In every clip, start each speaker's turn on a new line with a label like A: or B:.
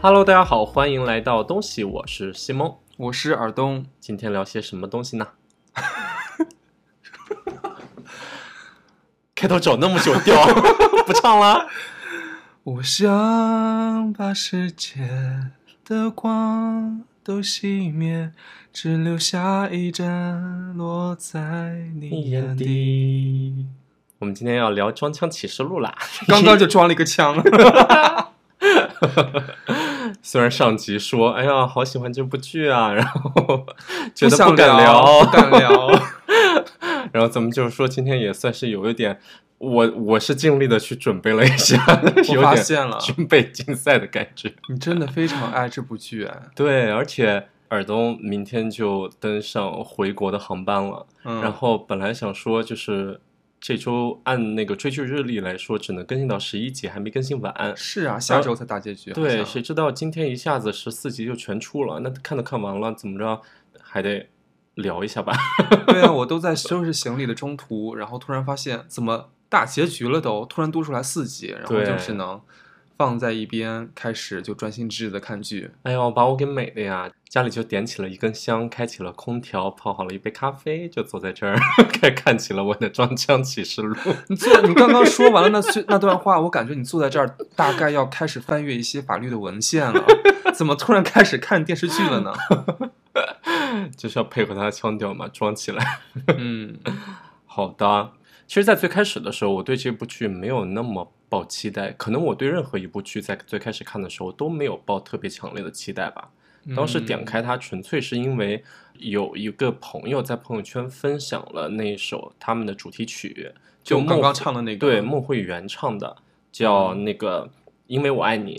A: Hello，大家好，欢迎来到东西，我是西蒙。
B: 我是尔东，
A: 今天聊些什么东西呢？ 开头找那么久调， 不唱了。
B: 我想把世界的光都熄灭，只留下一盏落在你眼底。
A: 底，我们今天要聊《装腔启示录》 啦。
B: 刚刚就装了一个 枪，
A: 虽然上集说，哎呀，好喜欢这部剧啊， 然后觉得
B: 想
A: 敢
B: 聊，不敢聊。
A: 然后咱们就是说，今天也算是有一点，我我是尽力的去准备了一下， 有
B: 发
A: 点
B: 现了
A: 军备竞赛的感觉。
B: 你真的非常爱这部剧啊！
A: 对，而且尔东明天就登上回国的航班了，
B: 嗯，
A: 然后本来想说就是。这周按那个追剧日历来说，只能更新到十一集，还没更新完。
B: 是啊，下周才大结局。好
A: 对，
B: 像
A: 谁知道今天一下子十四集就全出了？那看都看完了，怎么着还得聊一下吧？
B: 对啊，我都在收拾行李的中途，然后突然发现怎么大结局了都，突然多出来四集，然后
A: 对
B: 就只能放在一边，开始就专心致志的看剧。
A: 哎呦，把我给美的呀！家里就点起了一根香，开启了空调，泡好了一杯咖啡，就坐在这儿 开看起了我的《装腔启示录》。
B: 你坐，你刚刚说完了那句那段话，我感觉你坐在这儿大概要开始翻阅一些法律的文献了，怎么突然开始看电视剧 了呢？
A: 就是要配合他的腔调嘛，装起来。
B: 嗯
A: 好的，其实，在最开始的时候，我对这部剧没有那么抱期待，可能我对任何一部剧在最开始看的时候都没有抱特别强烈的期待吧。嗯
B: 嗯
A: 当时点开它，纯粹是因为有一个朋友在朋友圈分享了那一首他们的主题曲，
B: 就
A: 孟
B: 刚刚唱的那个，嗯
A: 对，孟慧圆唱的，叫那个《因为我爱你》。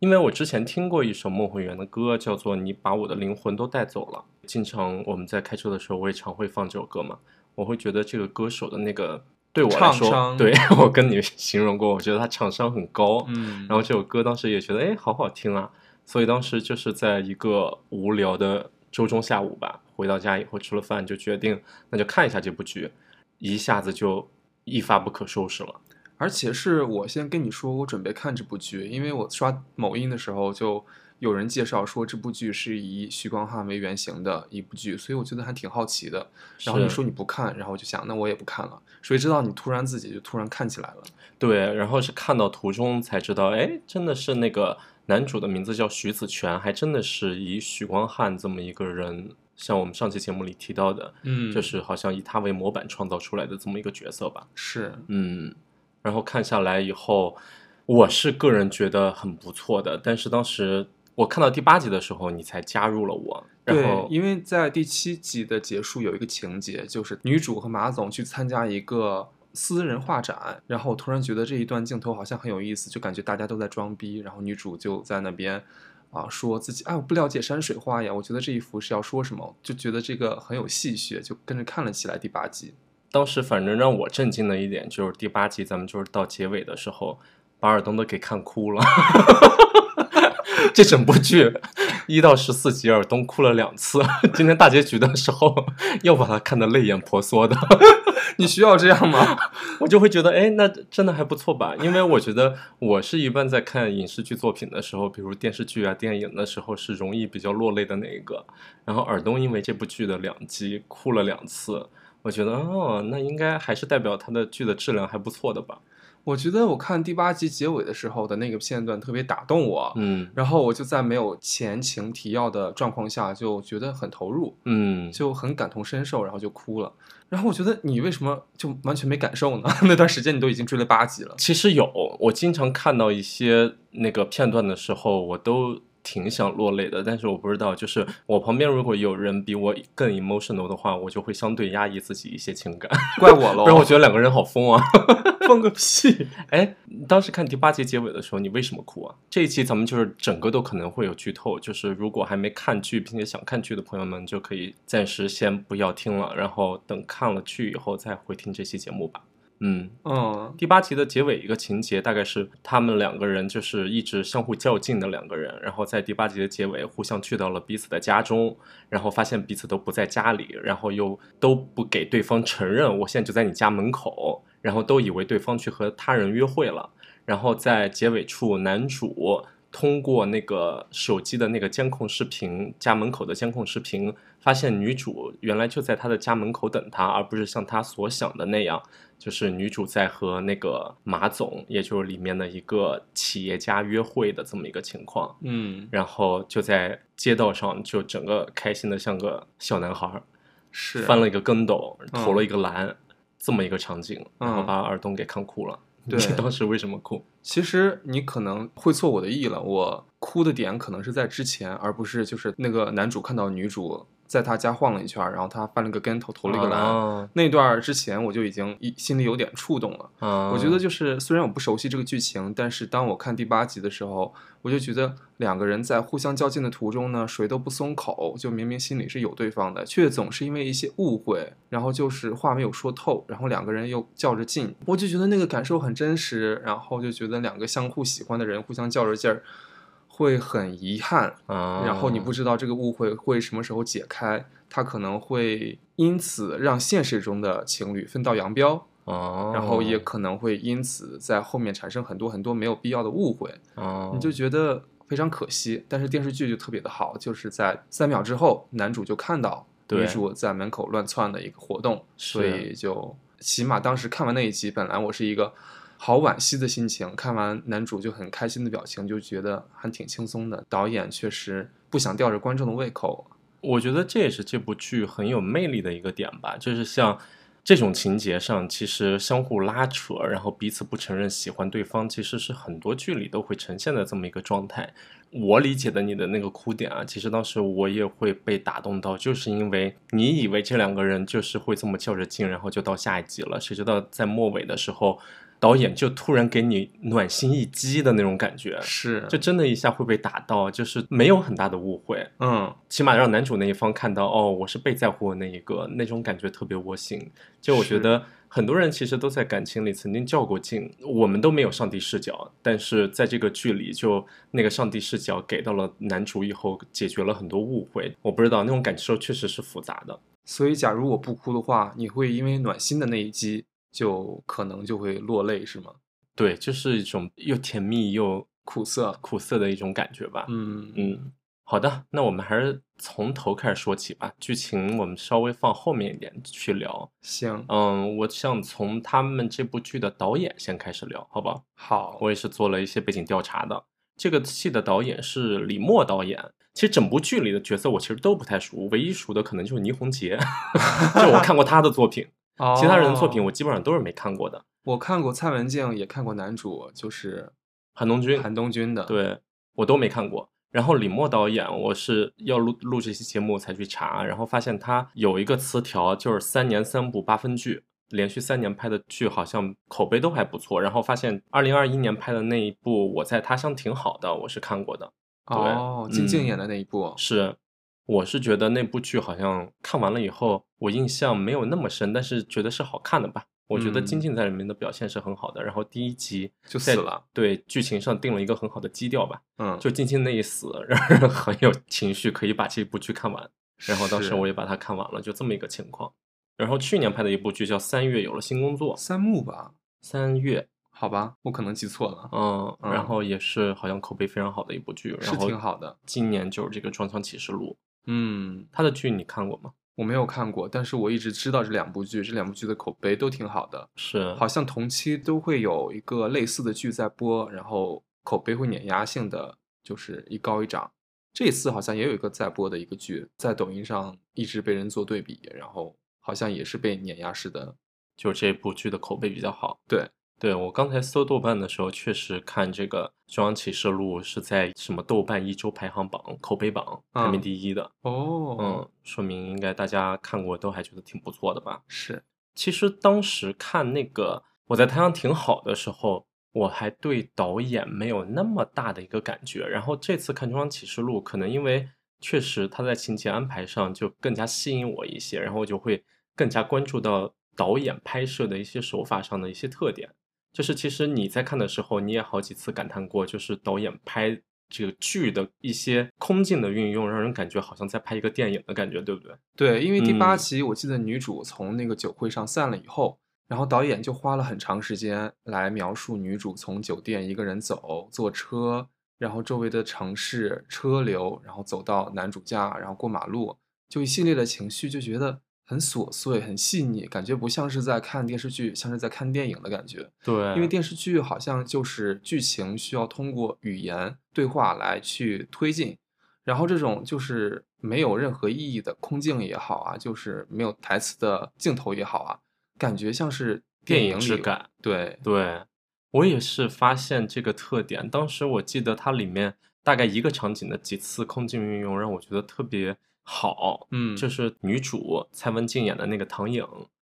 A: 因为我之前听过一首孟慧圆的歌，叫做《你把我的灵魂都带走了》。经常我们在开车的时候，我也常会放这首歌嘛。我会觉得这个歌手的那个对我来
B: 唱
A: 说，
B: 商
A: 对 我跟你形容过，我觉得他唱商很高。
B: 嗯，
A: 然后这首歌当时也觉得哎，好好听啊，所以当时就是在一个无聊的周中下午吧，回到家以后吃了饭，就决定那就看一下这部剧，一下子就一发不可收拾了。
B: 而且是我先跟你说，我准备看这部剧，因为我刷某音的时候就有人介绍说这部剧是以徐光汉为原型的一部剧，所以我觉得还挺好奇的。然后你
A: 是
B: 说你不看，然后我就想那我也不看了，谁知道你突然自己就突然看起来了。
A: 对，然后是看到途中才知道，哎，真的是那个男主的名字叫徐子泉，还真的是以许光汉这么一个人，像我们上期节目里提到的，
B: 嗯
A: 就
B: 就是
A: 好像以他为模板创造出来的这么一个角色吧。
B: 是
A: 嗯，然后看下来以后，我是个人觉得很不错的，但是当时我看到第八集的时候，你才加入了我，然
B: 对
A: 后，
B: 因为在第七集的结束有一个情节，就是女主和马总去参加一个私人画展，然后我突然觉得这一段镜头好像很有意思，就感觉大家都在装逼，然后女主就在那边啊说自己啊我不了解山水画呀，我觉得这一幅是要说什么，就觉得这个很有戏谑，就跟着看了起来第八集。
A: 当时反正让我震惊的一点就是第八集，咱们就是到结尾的时候，把尔东都给看哭了。 这整部剧一到十四集，尔东哭了两次。 今天大结局的时候，又把他看得泪眼婆娑的。
B: 你需要这样吗？
A: 我就会觉得，哎，那真的还不错吧？因为我觉得我是一般在看影视剧作品的时候，比如电视剧啊、电影的时候，是容易比较落泪的那一个。然后尔东因为这部剧的两集哭了两次，我觉得哦，那应该还是代表他的剧的质量还不错的吧？
B: 我觉得我看第八集结尾的时候的那个片段特别打动我，
A: 嗯
B: 然后我就在没有前情提要的状况下就觉得很投入。
A: 嗯，
B: 就很感同身受，然后就哭了。然后我觉得你为什么就完全没感受呢？ 那段时间你都已经追了八集了，
A: 其实有，我经常看到一些那个片段的时候，我都挺想落泪的，但是我不知道，就是我旁边如果有人比我更 emotional 的话，我就会相对压抑自己一些情感。
B: 怪我喽。
A: 不然我觉得两个人好疯啊！
B: 放个屁！
A: 哎，当时看第八集结尾的时候，你为什么哭啊？这一期咱们就是整个都可能会有剧透，就是如果还没看剧并且想看剧的朋友们，就可以暂时先不要听了，然后等看了剧以后再回听这期节目吧。嗯，
B: 嗯，
A: 第八集的结尾一个情节大概是他们两个人就是一直相互较劲的两个人，然后在第八集的结尾互相去到了彼此的家中，然后发现彼此都不在家里，然后又都不给对方承认我现在就在你家门口，然后都以为对方去和他人约会了，然后在结尾处男主。通过那个手机的那个监控视频，家门口的监控视频，发现女主原来就在他的家门口等他，而不是像他所想的那样，就是女主在和那个马总，也就是里面的一个企业家约会的这么一个情况。
B: 嗯，
A: 然后就在街道上，就整个开心的像个小男孩儿，
B: 是啊
A: 翻了一个跟斗，
B: 嗯
A: 投了一个篮，这么一个场景，
B: 嗯
A: 然后把尔东给看哭了。
B: 对
A: 你当时为什么哭？
B: 其实你可能会错我的意了，我哭的点可能是在之前，而不是就是那个男主看到女主在他家晃了一圈，然后他翻了个跟头，投了一个篮。
A: 啊
B: 那段儿之前我就已经一心里有点触动了。
A: 啊
B: 我觉得就是虽然我不熟悉这个剧情，但是当我看第八集的时候，我就觉得两个人在互相较劲的途中呢，谁都不松口，就明明心里是有对方的，却总是因为一些误会，然后就是话没有说透，然后两个人又较着劲，我就觉得那个感受很真实，然后就觉得两个相互喜欢的人互相较着劲儿，会很遗憾，
A: 啊，
B: 然后你不知道这个误会会什么时候解开，它可能会因此让现实中的情侣分道扬镳。
A: 哦，
B: 然后也可能会因此在后面产生很多很多没有必要的误会，
A: 哦，
B: 你就觉得非常可惜。但是电视剧就特别的好，就是在三秒之后，男主就看到女
A: 对
B: 主在门口乱窜的一个活动，所
A: 是
B: 以就起码当时看完那一集，本来我是一个好惋惜的心情，看完男主就很开心的表情，就觉得还挺轻松的。导演确实不想吊着观众的胃口，
A: 我觉得这也是这部剧很有魅力的一个点吧，就是像这种情节上，其实相互拉扯，然后彼此不承认喜欢对方，其实是很多剧里都会呈现的这么一个状态。我理解的你的那个哭点啊，其实当时我也会被打动到，就是因为你以为这两个人就是会这么较着劲，然后就到下一集了，谁知道在末尾的时候，导演就突然给你暖心一击的那种感觉，
B: 是，
A: 呃就真的一下会被打到，就是没有很大的误会。
B: 嗯，
A: 起码让男主那一方看到，哦，我是被在乎的那一个，那种感觉特别窝心。就我觉
B: 是
A: 得很多人其实都在感情里曾经较过劲，我们都没有上帝视角，但是在这个剧里，就那个上帝视角给到了男主以后，解决了很多误会。我不知道那种感受确实是复杂的。
B: 所以假如我不哭的话，你会因为暖心的那一击就可能就会落泪，是吗？
A: 对，就是一种又甜蜜又
B: 苦涩。
A: 苦涩的一种感觉吧。
B: 嗯，
A: 嗯，好的，那我们还是从头开始说起吧。剧情我们稍微放后面一点去聊。
B: 行，
A: 嗯，我想从他们这部剧的导演先开始聊，好吧？
B: 好，
A: 我也是做了一些背景调查的。这个戏的导演是李默导演。其实整部剧里的角色我其实都不太熟，唯一熟的可能就是倪虹洁， 就我看过她的作品，其他人的作品
B: 哦
A: 我基本上都是没看过的。
B: 我看过蔡文静，也看过男主，就是
A: 韩东君，
B: 韩东君的。，
A: 对我都没看过。然后李默导演，我是要录录这期节目才去查，然后发现他有一个词条，就是三年三部八分剧，连续三年拍的剧好像口碑都还不错。然后发现二零二一年拍的那一部《我在他乡》挺好的，我是看过的。对
B: 哦，金靖
A: 嗯
B: 演的那一部。
A: 是，我是觉得那部剧好像看完了以后，我印象没有那么深，但是觉得是好看的吧。我觉得
B: 嗯
A: 金靖在里面的表现是很好的，然后第一集
B: 就
A: 在
B: 死了
A: 对剧情上定了一个很好的基调吧。
B: 嗯，
A: 就静静那一死，让人很有情绪，可以把这部剧看完。然后当时
B: 是
A: 我也把它看完了，就这么一个情况。然后去年拍的一部剧叫《三月有了新工作》，
B: 三木吧，
A: 三月，
B: 好吧，我可能记错了，
A: 嗯，
B: 嗯
A: 然后也是好像口碑非常好的一部剧，
B: 是
A: 然后
B: 挺好的。
A: 今年就是这个《装腔启示录》，
B: 嗯，
A: 他的剧你看过吗？
B: 我没有看过，但是我一直知道这两部剧，这两部剧的口碑都挺好的，
A: 是，
B: 好像同期都会有一个类似的剧在播，然后口碑会碾压性的，就是一高一涨。这次好像也有一个在播的一个剧，在抖音上一直被人做对比，然后好像也是被碾压式的。
A: 就这部剧的口碑比较好。
B: 对，
A: 对我刚才搜豆瓣的时候，确实看这个《中央启示录》是在什么豆瓣一周排行榜口碑榜排名
B: 嗯
A: 第一的。
B: 哦，
A: 嗯，说明应该大家看过都还觉得挺不错的吧？
B: 是，
A: 其实当时看那个我在台上挺好的时候，我还对导演没有那么大的一个感觉。然后这次看《中央启示录》，可能因为确实他在情节安排上就更加吸引我一些，然后我就会更加关注到导演拍摄的一些手法上的一些特点。就是其实你在看的时候，你也好几次感叹过，就是导演拍这个剧的一些空镜的运用，让人感觉好像在拍一个电影的感觉，对不对？
B: 对，因为第八
A: 嗯
B: 集我记得女主从那个酒会上散了以后，然后导演就花了很长时间来描述女主从酒店一个人走，坐车，然后周围的城市、车流，然后走到男主家，然后过马路，就一系列的情绪，就觉得很琐碎、很细腻，感觉不像是在看电视剧，像是在看电影的感觉。
A: 对，
B: 因为电视剧好像就是剧情需要通过语言对话来去推进，然后这种就是没有任何意义的空镜也好啊，就是没有台词的镜头也好啊，感觉像是
A: 电
B: 影
A: 影质
B: 里
A: 感，
B: 对，
A: 对我也是发现这个特点。当时我记得它里面大概一个场景的几次空镜运用，让我觉得特别好。
B: 嗯，
A: 就是女主蔡文静演的那个唐颖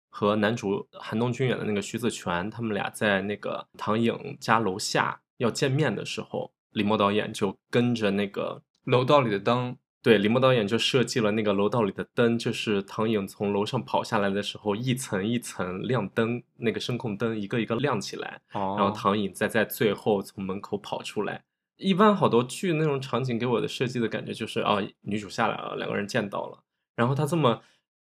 A: 和男主韩东君演的那个徐子泉，他们俩在那个唐颖家楼下要见面的时候，李默导演就跟着那个
B: 楼道里的灯，
A: 对，李默导演就设计了那个楼道里的灯，就是唐颖从楼上跑下来的时候，一层一层亮灯，那个声控灯一个一个亮起来，
B: 然
A: 然后唐颖再在最后从门口跑出来。一般好多剧那种场景给我的设计的感觉就是啊，女主下来了，两个人见到了，然后她这么，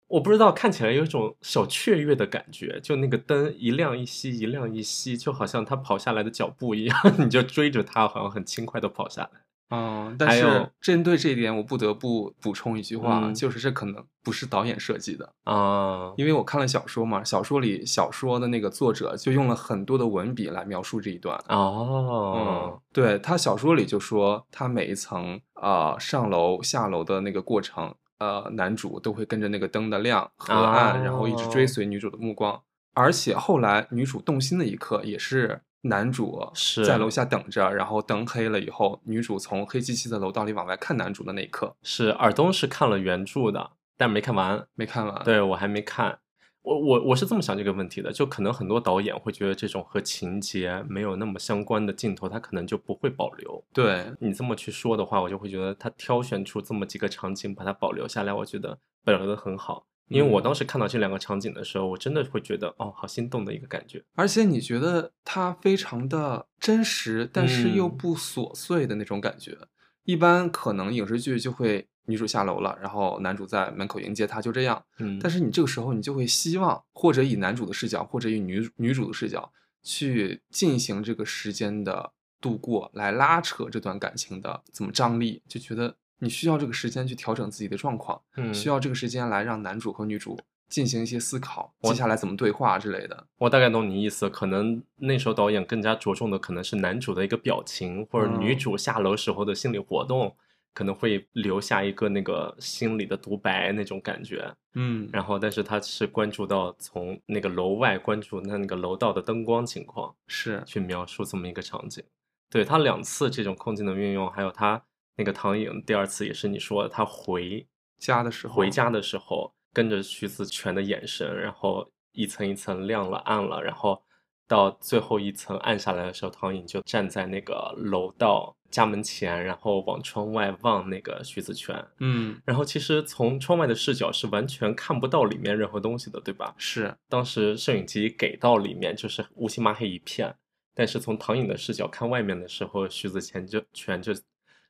A: 我不知道看起来有一种小雀跃的感觉，就那个灯一亮一熄，一亮一熄，就好像她跑下来的脚步一样， 你就追着她，好像很轻快的跑下来。
B: 嗯，但
A: 还
B: 是
A: 有
B: 针对这一点，我不得不补充一句话，啊
A: 嗯
B: 就是这可能不是导演设计的，
A: 啊，
B: 因为我看了小说嘛，小说里小说的那个作者就用了很多的文笔来描述这一段。
A: 哦
B: 嗯，，对他小说里就说，他每一层啊、呃上楼下楼的那个过程，呃，男主都会跟着那个灯的亮、河岸，然后一直追
A: 哦
B: 随女主的目光。而且后来女主动心的一刻，也是男主
A: 是
B: 在楼下等着，然后灯黑了以后，女主从黑漆漆的楼道里往外看男主的那一刻，
A: 是尔东是看了原著的，但没看完。
B: 没看完。，
A: 对我还没看，我我我是这么想这个问题的，就可能很多导演会觉得这种和情节没有那么相关的镜头，他可能就不会保留。
B: 对，
A: 你这么去说的话，我就会觉得他挑选出这么几个场景把它保留下来，我觉得保留的很好。因为我
B: 嗯
A: 当时看到这两个场景的时候，我真的会觉得哦，好心动的一个感觉。
B: 而且你觉得它非常的真实，但是又
A: 嗯
B: 不琐碎的那种感觉。一般可能影视剧就会女主下楼了，然后男主在门口迎接她，就这样。
A: 嗯，
B: 但
A: 是
B: 是你这个时候，你就会希望，或者以男主的视角，或者以女女主的视角去进行这个时间的度过，来拉扯这段感情的怎么张力，就觉得你需要这个时间去调整自己的状况，
A: 嗯
B: 需要这个时间来让男主和女主进行一些思考，接
A: 我
B: 下来怎么对话之类的。
A: 我大概懂你意思，可能那时候导演更加着重的可能是男主的一个表情，或者女
B: 嗯
A: 主下楼时候的心理活动，可能会留下一个那个心理的独白那种感觉。
B: 嗯，
A: 然后，但是他是关注到从那个楼外关注那那个楼道的灯光情况
B: 是，
A: 去描述这么一个场景。对他两次这种空镜的运用，还有他那个唐颖第二次也是你说的他回
B: 家的时候
A: 回，家的时候，跟着徐子泉的眼神，然后一层一层亮了暗了，然后到最后一层暗下来的时候，唐颖就站在那个楼道家门前，然后往窗外望那个徐子泉。
B: 嗯，
A: 然后其实从窗外的视角是完全看不到里面任何东西的，对吧？
B: 是，
A: 当时摄影机给到里面就是乌漆嘛黑一片，但是从唐颖的视角看外面的时候，徐子泉就全就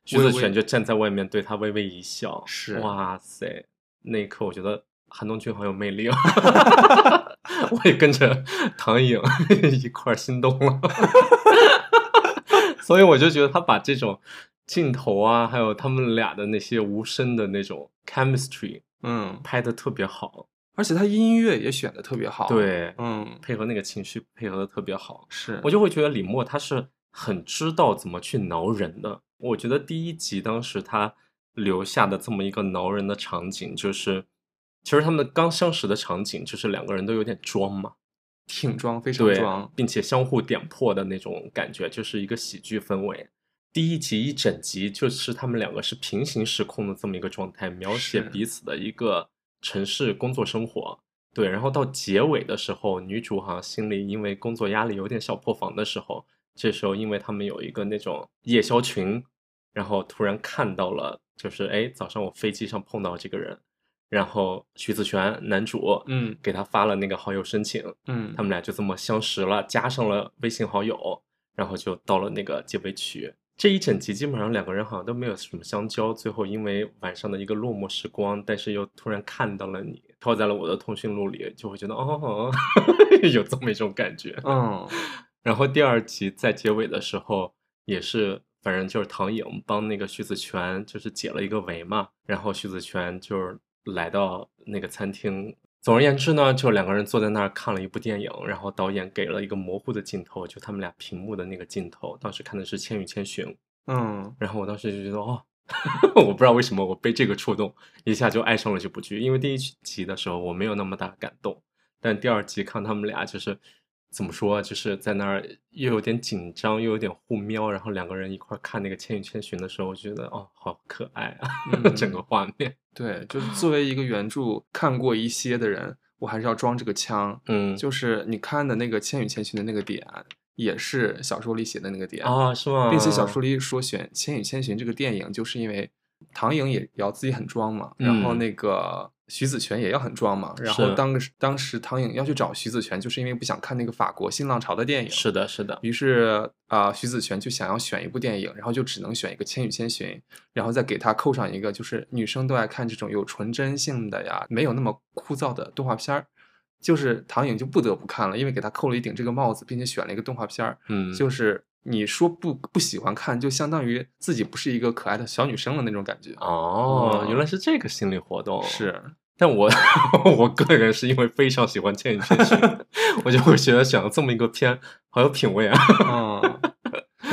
A: 徐
B: 微
A: 子
B: 微
A: 泉就站在外面对他微微一笑，
B: 是
A: 哇塞，那一刻我觉得韩东君好有魅力 哦，我也跟着唐颖一块儿心动了， 所以我就觉得他把这种镜头啊，还有他们俩的那些无声的那种 chemistry
B: 嗯，
A: 拍的特别好，
B: 而且他音乐也选的特别好，，
A: 对，
B: 嗯，
A: 配合那个情绪配合的特别好，
B: 是，
A: 我就会觉得李默他是很知道怎么去挠人的。我觉得第一集当时他留下的这么一个挠人的场景，就是其实他们刚相识的场景，就是两个人都有点装嘛，
B: 挺装，非常
A: 对
B: 装，，
A: 并且相互点破的那种感觉，就是一个喜剧氛围。第一集一整集就是他们两个是平行时空的这么一个状态，描写
B: 是
A: 彼此的一个城市工作生活。对，然后到结尾的时候，女主好像心里因为工作压力有点小破防的时候，这时候因为他们有一个那种夜宵群，然后突然看到了，就是哎，早上我飞机上碰到这个人，然后徐子泉男主
B: 嗯
A: 给他发了那个好友申请，
B: 嗯
A: 他，们俩就这么相识了，加上了微信好友，然后就到了那个结尾曲。这一整集基本上两个人好像都没有什么相交，最后因为晚上的一个落寞时光，但是又突然看到了你，跳在了我的通讯录里，就会觉得哦， 有这么一种感觉。
B: 嗯，
A: 然后第二集在结尾的时候也是反正就是唐颖帮那个徐子泉就是解了一个围嘛，然后徐子泉就是来到那个餐厅。总而言之呢，就两个人坐在那儿看了一部电影，然后导演给了一个模糊的镜头，就他们俩屏幕的那个镜头。当时看的是《千与千寻》，
B: 嗯
A: 然后我当时就觉得哦， 我不知道为什么我被这个触动，一下就爱上了这部剧。因为第一集的时候我没有那么大感动，但第二集看他们俩就是怎么说啊，就是在那儿又有点紧张，又有点互瞄，然后两个人一块儿看那个《千与千寻》的时候，我觉得哦，好可爱啊，
B: 嗯
A: 整个画面。
B: 对，就是作为一个原著看过一些的人，我还是要装这个腔。
A: 嗯，
B: 就是你看的那个《千与千寻》的那个点，也是小说里写的那个点，
A: 啊，是吗？
B: 并且小说里说选《千与千寻》这个电影，就是因为唐颖也要自己很装嘛，然后
A: 嗯
B: 那个徐子泉也要很装嘛，然后
A: 是
B: 当时当时唐颖要去找徐子泉，就是因为不想看那个法国新浪潮的电影，
A: 是的，是的，
B: 于是啊、徐子泉就想要选一部电影，然后就只能选一个《千与千寻》，然后再给他扣上一个就是女生都爱看这种有纯真性的呀，没有那么枯燥的动画片儿。就是唐颖就不得不看了，因为给他扣了一顶这个帽子，并且选了一个动画片儿，
A: 嗯，
B: 就是你说不不喜欢看，就相当于自己不是一个可爱的小女生的那种感觉。
A: 哦，
B: 嗯
A: 原来是这个心理活动。，
B: 是，
A: 但我 我个人是因为非常喜欢《千与千寻》， 我就会觉得想这么一个片好有品 味啊。
B: 嗯，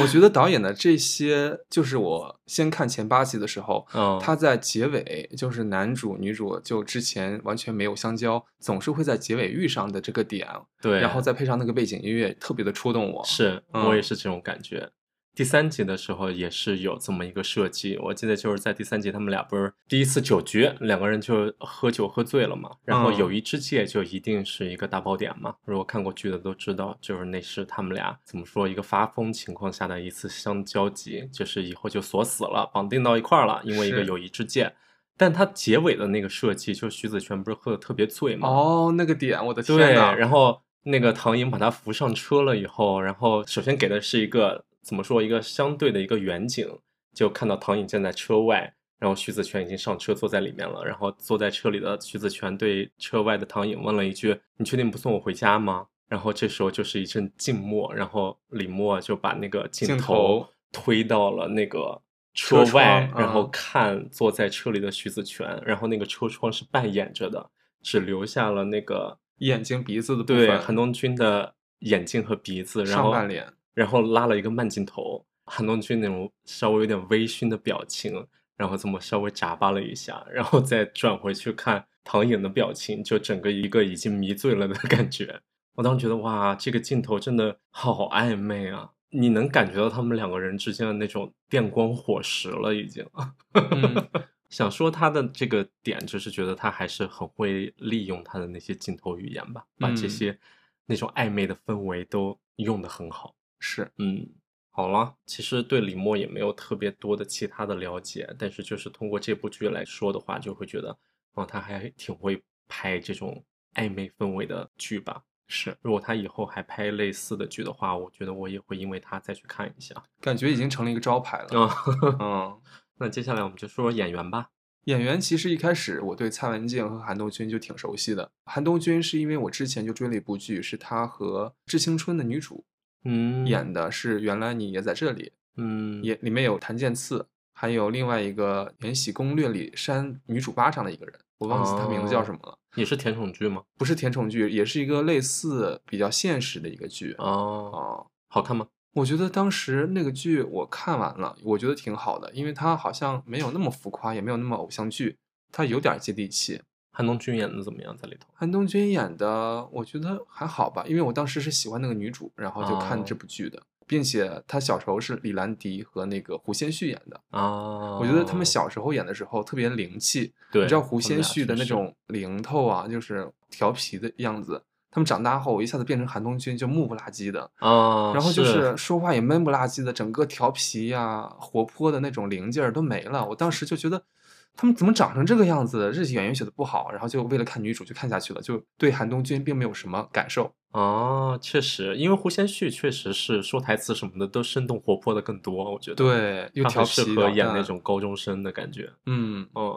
B: 我觉得导演的这些，就是我先看前八集的时候，
A: 嗯，
B: 他在结尾，就是男主女主就之前完全没有相交，总是会在结尾遇上的这个点，
A: 对，
B: 然后再配上那个背景音乐，特别的触动我。
A: 是
B: 嗯
A: 我也是这种感觉。第三集的时候也是有这么一个设计，我记得就是在第三集他们俩不是第一次酒局，两个人就喝酒喝醉了嘛，然后
B: 嗯
A: 友谊之戒就一定是一个大爆点嘛。如果看过剧的都知道，就是那是他们俩怎么说一个发疯情况下的一次相交集，就是以后就锁死了，绑定到一块儿了，因为一个
B: 是
A: 友谊之戒。但他结尾的那个设计，就徐子泉不是喝的特别醉嘛，
B: 哦，那个点，我的天
A: 对，
B: 呐！
A: 然后那个唐颖把他扶上车了以后，然后首先给的是一个怎么说一个相对的一个远景，就看到唐颖站在车外，然后徐子泉已经上车坐在里面了，然后坐在车里的徐子泉对车外的唐颖问了一句：“你确定不送我回家吗？”然后这时候就是一阵静默，然后李默就把那个镜
B: 镜
A: 头
B: 头
A: 推到了那个车
B: 车
A: 外，
B: 窗
A: 然后
B: 嗯
A: 看坐在车里的徐子泉，然后那个车窗是半掩着的，只留下了那个
B: 眼睛鼻子的部
A: 对，
B: 分，
A: 韩东君的眼睛和鼻子，然
B: 上
A: 后
B: 半脸，
A: 然后拉了一个慢镜头，韩东君那种稍微有点微醺的表情，然后这么稍微眨巴了一下，然后再转回去看唐颖的表情，就整个一个已经迷醉了的感觉。我当时觉得哇，这个镜头真的好暧昧啊！你能感觉到他们两个人之间的那种电光火石了，已经。
B: 嗯，
A: 想说他的这个点，就是觉得他还是很会利用他的那些镜头语言吧，把这
B: 嗯
A: 些那种暧昧的氛围都用得很好。
B: 是，
A: 嗯，好了，其实对李默也没有特别多的其他的了解，但是就是通过这部剧来说的话，就会觉得，哦，他还挺会拍这种暧昧氛围的剧吧。
B: 是，
A: 如果他以后还拍类似的剧的话，我觉得我也会因为他再去看一下。
B: 感觉已经成了一个招牌了。
A: 啊、
B: 嗯，
A: 那接下来我们就说说演员吧。
B: 演
A: 嗯
B: 员其实一开始我对蔡文静和韩东君就挺熟悉的。韩东君是因为我之前就追了一部剧，是她和《致青春》的女主
A: 嗯，
B: 演的，是《原来你也在这里》，
A: 嗯
B: 也里面有谭健次，还有另外一个《延禧攻略》里扇女主巴掌的一个人，我忘记他名字
A: 哦
B: 叫什么了。
A: 也是甜宠剧吗？
B: 不是甜宠剧，也是一个类似比较现实的一个剧啊、
A: 哦，好看吗？
B: 我觉得当时那个剧我看完了，我觉得挺好的，因为它好像没有那么浮夸，也没有那么偶像剧，它有点接地气。
A: 韩东君演的怎么样在里头？
B: 韩东君演的，我觉得还好吧，因为我当时是喜欢那个女主，然后就看
A: 哦
B: 这部剧的，并且她小时候是李兰迪和那个胡先煦演的，
A: 啊，
B: 我觉得他们小时候演的时候特别灵气，
A: 对，
B: 你知道
A: 他
B: 胡
A: 们
B: 先
A: 俩
B: 煦的
A: 确实
B: 那种灵透啊，就是调皮的样子。他们长大后一下子变成韩东君，就木不拉几的，
A: 啊，
B: 然后哦就是说话也闷不拉几的，整个调皮呀、活泼的那种灵劲儿都没了。我当时就觉得，他们怎么长成这个样子？这些演员写的不好，然后就为了看女主就看下去了，就对韩东君并没有什么感受。
A: 啊，确实，因为胡先煦确实是说台词什么的都生动活泼的更多，我觉得
B: 对，又
A: 他
B: 调
A: 很
B: 皮
A: 适
B: 捣蛋，
A: 合演那种高中生的感觉。
B: 嗯，
A: 嗯，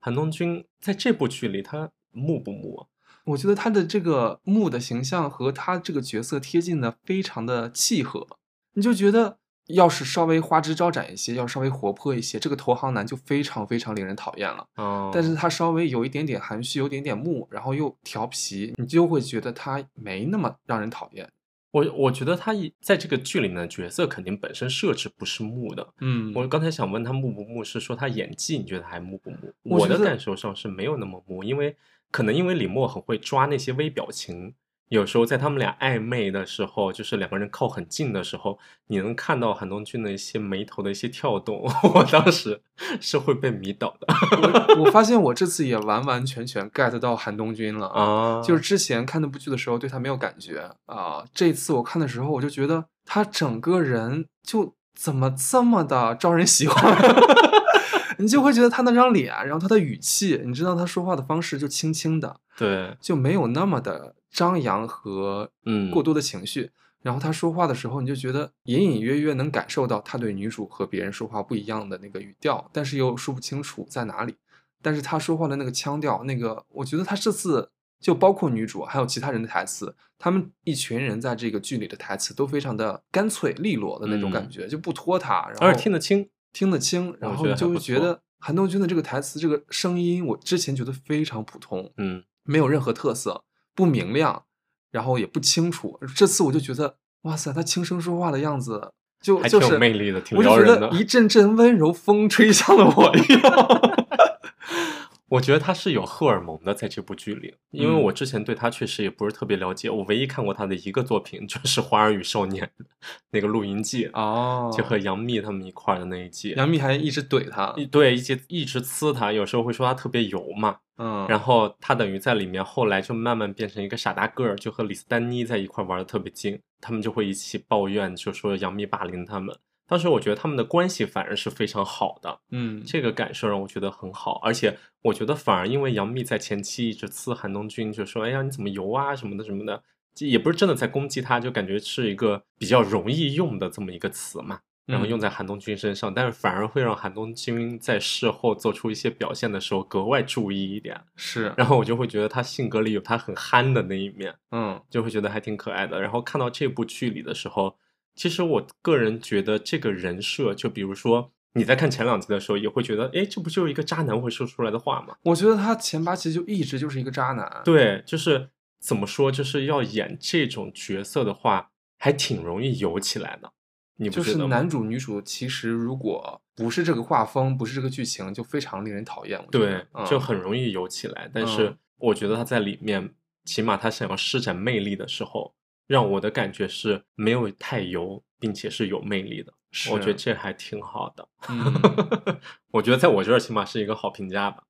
A: 韩东君在这部剧里他木不木啊？
B: 我觉得他的这个木的形象和他这个角色贴近的非常的契合，你就觉得要是稍微花枝招展一些，要是稍微活泼一些，这个投行男就非常非常令人讨厌了。
A: 哦，
B: 但是他稍微有一点点含蓄，有点点木，然后又调皮，你就会觉得他没那么让人讨厌。
A: 我我觉得他一在这个剧里面的角色肯定本身设置不是木的。
B: 嗯
A: 我刚才想问他木不木，是说他演技你觉得还木不木？
B: 我
A: 我
B: 觉
A: 的
B: 得
A: 感受上是没有那么木，因为可能因为李默很会抓那些微表情，有时候在他们俩暧昧的时候，就是两个人靠很近的时候，你能看到韩东君的一些眉头的一些跳动， 我当时是会被迷倒的
B: 我我发现我这次也完完全全 get 到韩东君了。
A: 啊
B: 就是之前看那部剧的时候对他没有感觉啊，这次我看的时候我就觉得他整个人就怎么这么的招人喜欢， 你就会觉得他那张脸，然后他的语气，你知道他说话的方式就轻轻的，
A: 对，
B: 就没有那么的张扬和
A: 嗯，
B: 过多的情绪。然后他说话的时候，你就觉得隐隐约约能感受到他对女主和别人说话不一样的那个语调，但是又说不清楚在哪里。但是他说话的那个腔调，那个我觉得他这次就包括女主还有其他人的台词，他们一群人在这个剧里的台词都非常的干脆利落的那种感
A: 嗯
B: 觉，就不拖沓，然
A: 而
B: 后
A: 且听得清，
B: 听得清，
A: 我
B: 然
A: 觉
B: 后
A: 得
B: 你
A: 还
B: 就
A: 不
B: 会觉
A: 错
B: 得韩东君的这个台词这个声音，我之前觉得非常普通，
A: 嗯，
B: 没有任何特色，不明亮，然后也不清楚。这次我就觉得，哇塞，他轻声说话的样子就
A: 还
B: 就
A: 挺
B: 是
A: 有魅力的，挺
B: 我就
A: 撩
B: 觉
A: 人
B: 得
A: 的。
B: 一阵阵温柔风吹向了我 一样。
A: 我觉得他是有荷尔蒙的，在这部剧里，因为
B: 嗯
A: 我之前对他确实也不是特别了解，我唯一看过他的一个作品就是《花儿与少年》那个录音季，
B: 哦
A: 就和杨幂他们一块儿的那一季。
B: 杨幂还一直怼他，
A: 一对，一直一直呲他，有时候会说他特别油嘛，
B: 嗯，
A: 然
B: 后
A: 后他等于在里面后来就慢慢变成一个傻大个儿，就和李斯丹妮在一块儿玩的特别精，他们就会一起抱怨，就说杨幂霸凌他们。当时我觉得他们的关系反而是非常好的，
B: 嗯，
A: 这个感受让我觉得很好，而且我觉得反而因为杨幂在前期一直呲韩东君，就说哎呀你怎么油啊什么的什么的，这也不是真的在攻击他，就感觉是一个比较容易用的这么一个词嘛，然后用
B: 嗯
A: 在韩东君身上，但是反而会让韩东君在事后做出一些表现的时候格外注意一点，
B: 是，
A: 然后我就会觉得他性格里有他很憨的那一面，
B: 嗯
A: 就会觉得还挺可爱的。然后看到这部剧里的时候，其实我个人觉得这个人设，就比如说你在看前两集的时候，也会觉得，哎，这不就是一个渣男会说出来的话吗？
B: 我觉得他前八集就一直就是一个渣男，
A: 对，就是怎么说，就是要演这种角色的话，还挺容易油起来的，你不
B: 就
A: 觉
B: 是
A: 得吗？
B: 男主女主其实如果不是这个画风，不是这个剧情，就非常令人讨厌。我觉
A: 对
B: 得，嗯、
A: 就很容易油起来。但是
B: 嗯
A: 我觉得他在里面，起码他想要施展魅力的时候，让我的感觉是没有太油，并且是有魅力的。
B: 是
A: 我觉得这还挺好的。
B: 嗯
A: 我觉得在我这儿起码是一个好评价吧。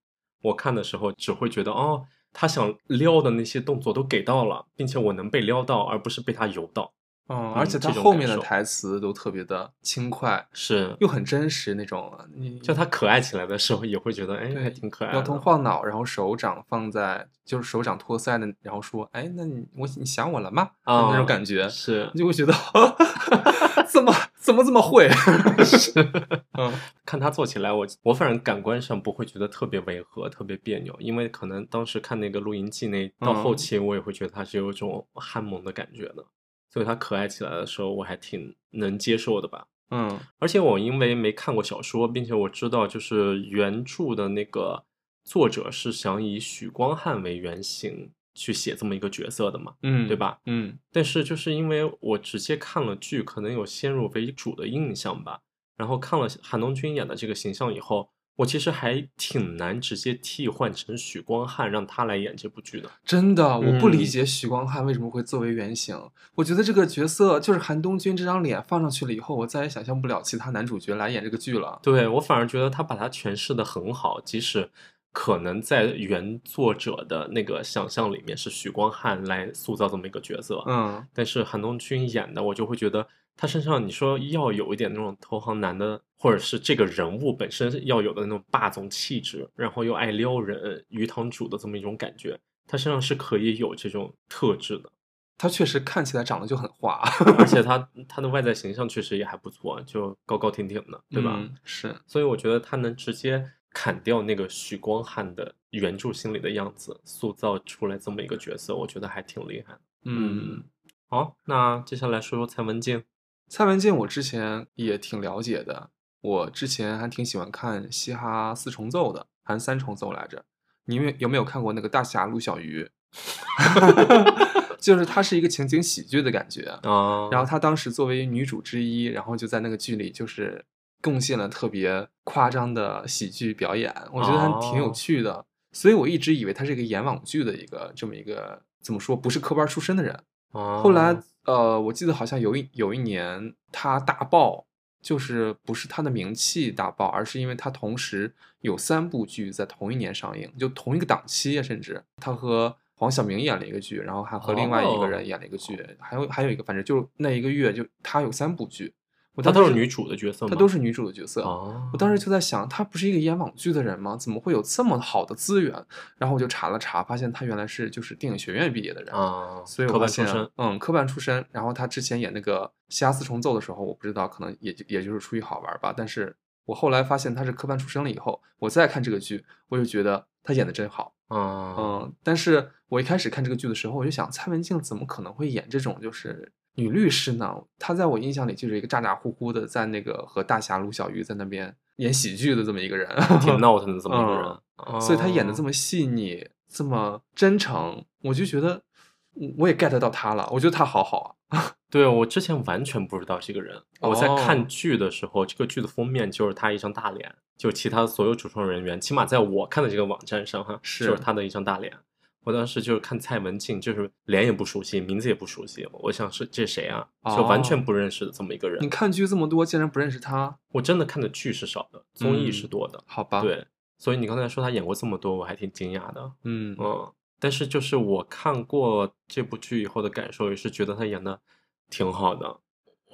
A: 我看的时候只会觉得哦，他想撩的那些动作都给到了，并且我能被撩到，而不是被他游到。
B: 嗯，而且
A: 嗯
B: 他
A: 这种
B: 后
A: 感
B: 面的
A: 受
B: 台词都特别的轻快，
A: 是，
B: 又很真实那种。啊你
A: 就他可爱起来的时候，也会觉得哎，
B: 对
A: 还挺可爱
B: 摇头
A: 的。
B: 晃脑，然后手掌放在就是手掌托腮的，然后说：“哎，那你我你想我了吗？”
A: 啊
B: 那种感觉，
A: 是
B: 你就会觉得怎么怎么这么会？
A: 是，
B: 嗯
A: 看他做起来，我我反正感官上不会觉得特别违和、特别别扭，因为可能当时看那个《录音记》那到
B: 嗯
A: 后期，我也会觉得他是有一种憨萌的感觉的，所以他可爱起来的时候，我还挺能接受的吧。
B: 嗯
A: 而且我因为没看过小说，并且我知道就是原著的那个作者是想以许光汉为原型去写这么一个角色的嘛，
B: 嗯，
A: 对？吧？
B: 嗯
A: 但是就是因为我直接看了剧，可能有先入为主的印象吧，然后看了韩东君演的这个形象以后。我其实还挺难直接替换成许光汉，让他来演这部剧的。
B: 真的，我不
A: 嗯
B: 理解许光汉为什么会作为原型。我觉得这个角色就是韩东君这张脸放上去了以后，我再也想象不了其他男主角来演这个剧了。
A: 对我反而觉得他把它诠释的很好，即使可能在原作者的那个想象里面是许光汉来塑造这么一个角色，
B: 嗯
A: 但是韩东君演的，我就会觉得他身上你说要有一点那种投行男的，或者是这个人物本身要有的那种霸总气质，然后又爱撩人、鱼塘主的这么一种感觉，他身上是可以有这种特质的，
B: 他确实看起来长得就很花，
A: 而且他他的外在形象确实也还不错，就高高挺挺的，对吧？
B: 嗯是，
A: 所以我觉得他能直接砍掉那个许光汉的原著心里的样子，塑造出来这么一个角色，我觉得还挺厉害的。
B: 嗯，
A: 好，那接下来说说蔡文静。
B: 蔡文健我之前也挺了解的，我之前还挺喜欢看嘻哈四重奏的，还是三重奏来着。你们有没有看过那个《大侠陆小鱼》 就是它是一个情景喜剧的感觉
A: 啊，
B: 然后她当时作为女主之一，然后就在那个剧里就是贡献了特别夸张的喜剧表演，我觉得还挺有趣的。所以我一直以为她是一个演网剧的一个这么一个怎么说，不是科班出身的人。
A: 啊
B: 后来呃，我记得好像有一有一年她大爆，就是不是她的名气大爆，而是因为她同时有三部剧在同一年上映，就同一个档期啊，甚至她和黄晓明演了一个剧，然后还和另外一个
A: 哦
B: 人演了一个剧，还有还有一个，反正就那一个月就她有三部剧，我
A: 她
B: 当
A: 哦都
B: 时
A: 是女，主的角色吗？
B: 她都是女主的角色。
A: 啊
B: 我，当时就在想，她不是一个演网剧的人吗？怎么会有这么好的资源？然后我就查了查，发现她原来是就是电影学院毕业的人
A: 啊，
B: 所以我
A: 科
B: 发
A: 班出
B: 现，
A: 身
B: 嗯，科班出身。然后他之前演那个《虾四重奏》的时候，我不知道，可能也就也就是出于好玩吧。但是我后来发现他是科班出身了以后，我再看这个剧，我就觉得他演的真好。
A: 啊，
B: 嗯，但是我一开始看这个剧的时候，我就想，蔡文静怎么可能会演这种就是女律师呢？她在我印象里就是一个咋咋呼呼的，在那个和大侠卢小鱼在那边演喜剧的这么一个人，
A: 挺闹腾的这么一个人，啊
B: 嗯所以他演的这么细腻，这么真诚，我就觉得我我也 get 到他了，我觉得他好啊好
A: 对我之前完全不知道这个人。我在看
B: 哦
A: 剧的时候，这个剧的封面就是他一张大脸，就其他所有主创人员，起码在我看的这个网站上哈，
B: 是
A: 就是他的一张大脸。我当时就是看蔡文静，就是脸也不熟悉，名字也不熟悉，我想是这谁啊，就完全不认识的这么一个
B: 啊。
A: 人。
B: 你看剧这么多，竟然不认识他，
A: 我真的看的剧是少的，综艺
B: 嗯
A: 是多的，
B: 好吧？，
A: 对。所以你刚才说他演过这么多，我还挺惊讶的。
B: 嗯，
A: 嗯，但是就是我看过这部剧以后的感受，也是觉得他演的挺好的。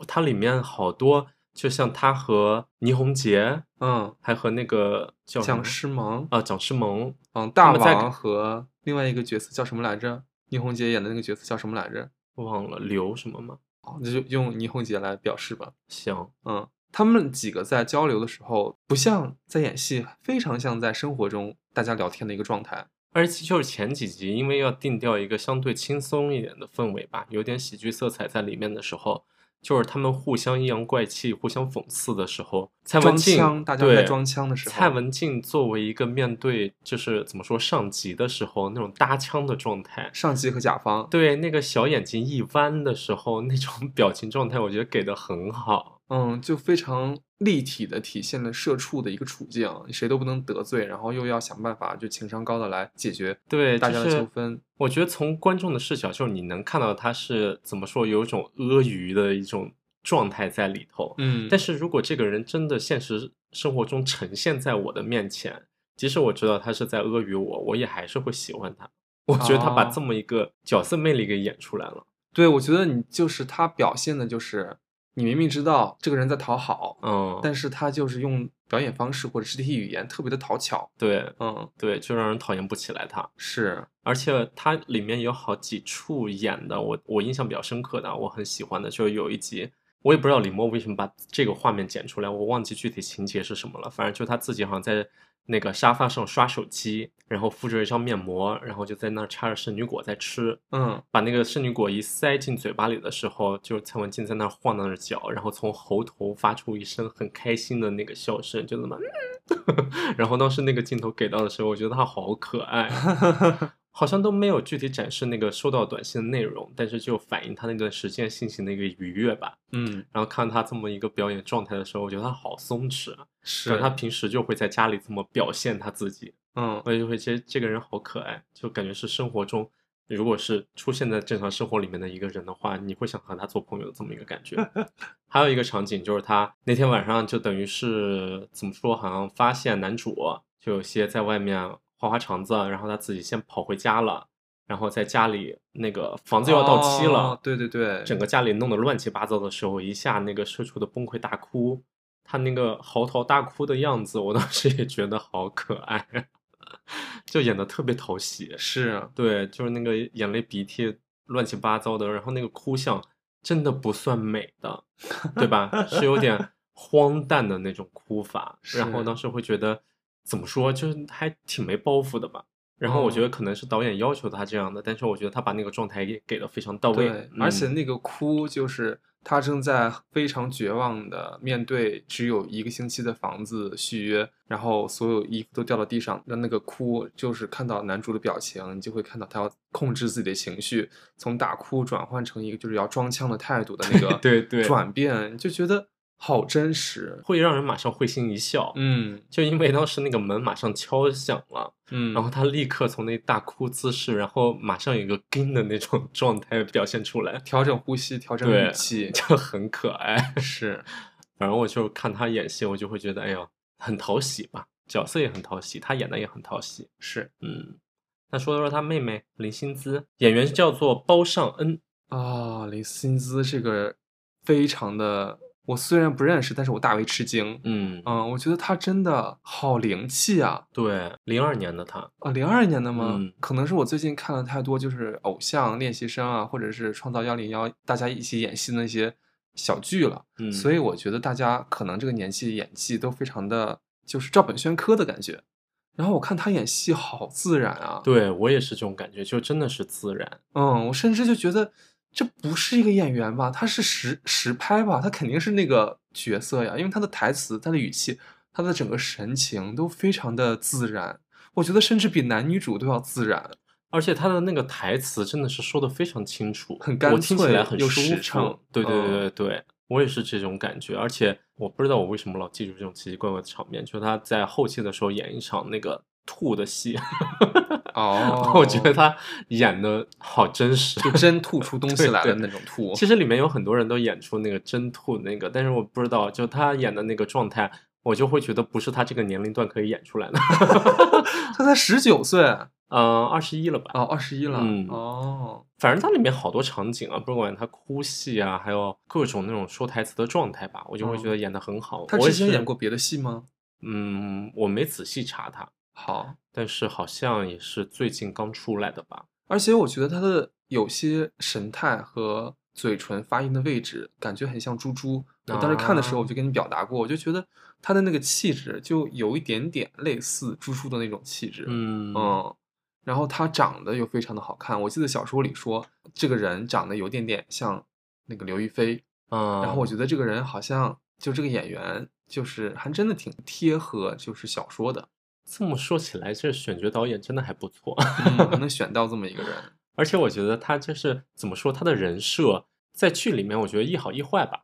A: 它里面好多，就像他和倪虹洁，
B: 嗯，
A: 还和那个叫什么
B: 蒋诗萌，
A: 啊蒋诗萌，
B: 嗯，大
A: 们在
B: 王和另外一个角色叫什么来着？倪虹洁演的那个角色叫什么来着？
A: 忘了刘什么吗？
B: 哦，那就用倪虹洁来表示吧。
A: 行，
B: 嗯，他们几个在交流的时候，不像在演戏，非常像在生活中大家聊天的一个状态。
A: 而且就是前几集，因为要定调一个相对轻松一点的氛围吧，有点喜剧色彩在里面的时候，就是他们互相阴阳怪气、互相讽刺的时候，蔡文
B: 装
A: 静
B: 腔，大家
A: 对
B: 在装腔的时候，
A: 蔡文静作为一个面对就是怎么说上级的时候那种搭腔的状态，
B: 上级和甲方，
A: 对那个小眼睛一弯的时候那种 表情状态，我觉得给的很好。
B: 嗯，就非常立体的体现了社畜的一个处境，啊谁都不能得罪，然后又要想办法就情商高的来解决
A: 对，
B: 大家的
A: 就
B: 纠
A: 是
B: 纷。
A: 我觉得从观众的视角，就是你能看到他是怎么说，有一种阿谀的一种状态在里头。
B: 嗯
A: 但是如果这个人真的现实生活中呈现在我的面前，即使我知道他是在阿谀我，我也还是会喜欢他。我觉得他把
B: 哦
A: 这么一个角色魅力给演出来了。
B: 对我觉得你就是他表现的就是你明明知道这个人在讨好，
A: 嗯，
B: 但是他就是用表演方式或者肢体语言特别的讨巧。
A: 对
B: 嗯，
A: 对，就让人讨厌不起来他。
B: 是，
A: 而且它里面有好几处演的，我我印象比较深刻的，我很喜欢的，就是有一集，我也不知道李默为什么把这个画面剪出来，我忘记具体情节是什么了。反正就他自己好像在那个沙发上刷手机，然后敷着一张面膜，然后就在那儿插着圣女果在吃，
B: 嗯，
A: 把那个圣女果一塞进嘴巴里的时候，就是蔡文静在那儿晃荡着脚，然后从喉头发出一声很开心的那个笑声，就那么， 嗯然后当时那个镜头给到的时候，我觉得她好可爱啊，好像都没有具体展示那个收到短信的内容，但是就反映她那段时间心情的一个愉悦吧。
B: 嗯，
A: 然后看她这么一个表演状态的时候，我觉得她好松弛啊，
B: 是
A: 可她平时就会在家里这么表现她自己，
B: 嗯，
A: 我就会觉得这个人好可爱，就感觉是生活中，如果是出现在正常生活里面的一个人的话，你会想和他做朋友的这么一个感 觉。还有一个场景就是他那天晚上就等于是怎么说，好像发现男主就有些在外面花花肠子，啊然后他自己先跑回家了，然后在家里那个房子要到期了，
B: 哦对对对，
A: 整个家里弄得乱七八糟的时候，一下那个社畜的崩溃大哭，他那个嚎啕大哭的样子，我当时也觉得好可爱，就演的特别讨喜。
B: 是
A: 对，就是那个眼泪鼻涕乱七八糟的，然后那个哭相真的不算美的，对吧？是有点荒诞 的那种哭法，然后
B: 是
A: 当时会觉得怎么说，就是还挺没包袱的吧。然后我
B: 嗯
A: 觉得可能是导演要求他这样的，但是我觉得他把那个状态也给的非常到位，嗯
B: 对，而且那个哭就是他正在非常绝望的面对只有一个星期的房子续约，然后所有衣服都掉到地上，那那个哭就是看到男主的表情，你就会看到他要控制自己的情绪，从大哭转换成一个就是要装腔的态度的那个
A: 对对
B: 转变，就觉得好真实，
A: 会让人马上会心一笑。
B: 嗯
A: 就因为当时那个门马上敲响了，
B: 嗯，
A: 然后他立刻从那大哭姿势，然后马上有一个跟的那种 状态表现出来，
B: 调整呼吸，调整
A: 对
B: 语气，
A: 就很可爱。
B: 是
A: 反正我就看他演戏，我就会觉得，哎呀，很讨喜吧，角色也很讨喜，他演的也很讨喜。
B: 是
A: 嗯，那说说他妹妹林心姿，演员叫做包尚恩，
B: 啊，林薪姿这个非常的，我虽然不认识，但是我大为吃惊。
A: 嗯，
B: 嗯，我觉得她真的好灵气啊！
A: 对，零二年的他，
B: 啊，零二年的吗？
A: 嗯
B: 可能是我最近看了太多，就是偶像练习生啊，或者是创造幺零幺，大家一起演戏的那些小剧了。
A: 嗯，
B: 所以我觉得大家可能这个年纪演技都非常的，就是照本宣科的感觉。然后我看她演戏好自然啊，
A: 对我也是这种感觉，就真的是自然。
B: 嗯，我甚至就觉得这不是一个演员吧，他是实实拍吧，他肯定是那个角色呀，因为他的台词、他的语气、他的整个神情都非常的自然，我觉得甚至比男女主都要自然，
A: 而且他的那个台词真的是说的非常清楚，
B: 很干脆
A: 我听起来很
B: 又
A: 舒
B: 实诚
A: 服。对对
B: 嗯
A: 对对对，我也是这种感觉。而且我不知道我为什么老记住这种奇奇怪怪的场面，就是他在后期的时候演一场那个吐的戏，
B: 哦
A: 我觉得他演的好真实。
B: 就真吐出东西
A: 对
B: 来的
A: 对
B: 那种吐。
A: 其实里面有很多人都演出那个真吐那个，但是我不知道，就他演的那个状态，我就会觉得不是他这个年龄段可以演出来的。
B: 他才十九岁，
A: 嗯，二十一了吧？
B: 哦，二十一了，
A: 嗯
B: 哦，
A: 反正它里面好多场景啊，不管他哭戏啊，还有各种那种说台词的状态吧，我就会觉得演得很好。
B: 嗯他
A: 我
B: 之
A: 也
B: 前
A: 是
B: 演过，别的戏吗？
A: 嗯，我没仔细查他，
B: 好，
A: 但是好像也是最近刚出来的吧。
B: 而且我觉得他的有些神态和嘴唇发音的位置，感觉很像猪猪。我当时看的时
A: 啊
B: 候，我就跟你表达过，我就觉得他的那个气质就有一点点类似猪猪的那种气质。
A: 嗯
B: 嗯然后他长得又非常的好看。我记得小说里说，这个人长得有点点像那个刘亦菲。
A: 嗯，
B: 然后我觉得这个人好像就这个演员，就是还真的挺贴合就是小说的，
A: 这么说起来，这选角导演真的还不错，
B: 嗯、还能选到这么一个人。
A: 而且我觉得他就是怎么说，他的人设在剧里面，我觉得一好一坏吧。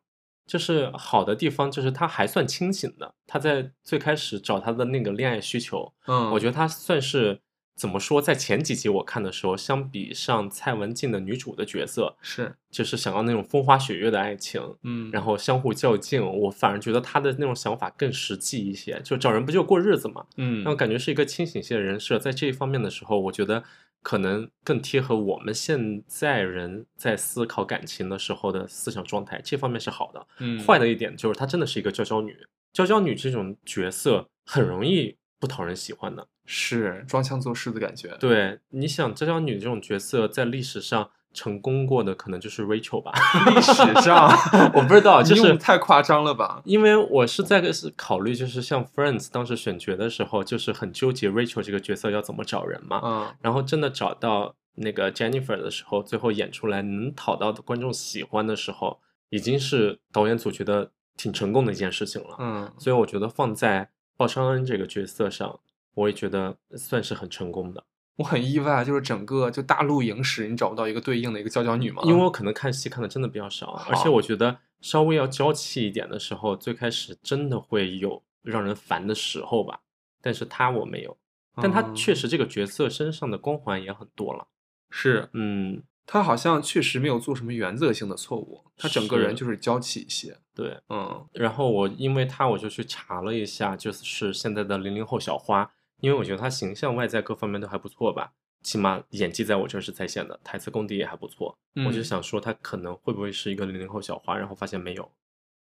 A: 就是好的地方，就是他还算清醒的。他在最开始找他的那个恋爱需求，
B: 嗯，
A: 我觉得她算是怎么说，在前几集我看的时候，相比上蔡文静的女主的角色，
B: 是，
A: 就是想要那种风花雪月的爱情，
B: 嗯，
A: 然后相互较劲，我反而觉得她的那种想法更实际一些，就找人不就过日子嘛，
B: 嗯
A: 然后感觉是一个清醒些的人设，在这一方面的时候，我觉得。可能更贴合我们现在人在思考感情的时候的思想状态，这方面是好的。
B: 嗯
A: 坏的一点就是她真的是一个娇娇女，娇娇女这种角色很容易不讨人喜欢的。
B: 是装腔作势的感觉。
A: 对，你想娇娇女这种角色在历史上成功过的，可能就是 Rachel 吧。
B: 历史上
A: 我不知道，
B: 你
A: 就
B: 用
A: 是
B: 太夸张了吧？
A: 因为我是在个是考虑，就是像 Friends 当时选角的时候，就是很纠结 Rachel 这个角色要怎么找人嘛。
B: 嗯，
A: 然后真的找到那个 Jennifer 的时候，最后演出来能讨到的观众喜欢的时候，已经是导演组觉得挺成功的一件事情了。
B: 嗯，
A: 所以我觉得放在鲍昌恩这个角色上，我也觉得算是很成功的。
B: 我很意外，就是整个就大露营时，你找不到一个对应的一个娇娇女吗？
A: 因为我可能看戏看的真的比较少，而且
B: 好
A: 我觉得稍微要娇气一点的时候，最开始真的会有让人烦的时候吧。但是他我没有，但他
B: 嗯
A: 确实这个角色身上的光环也很多了。
B: 是
A: 嗯，
B: 她好像确实没有做什么原则性的错误，她整个人
A: 是
B: 就是娇气一些。
A: 对。
B: 嗯，
A: 然后我因为他我就去查了一下，就是现在的零零后小花，因为我觉得她形象外在各方面都还不错吧，起码演技在我这儿是在线的，台词功底也还不错。我就
B: 嗯，
A: 想说他可能会不会是一个零零后小花，然后发现没有，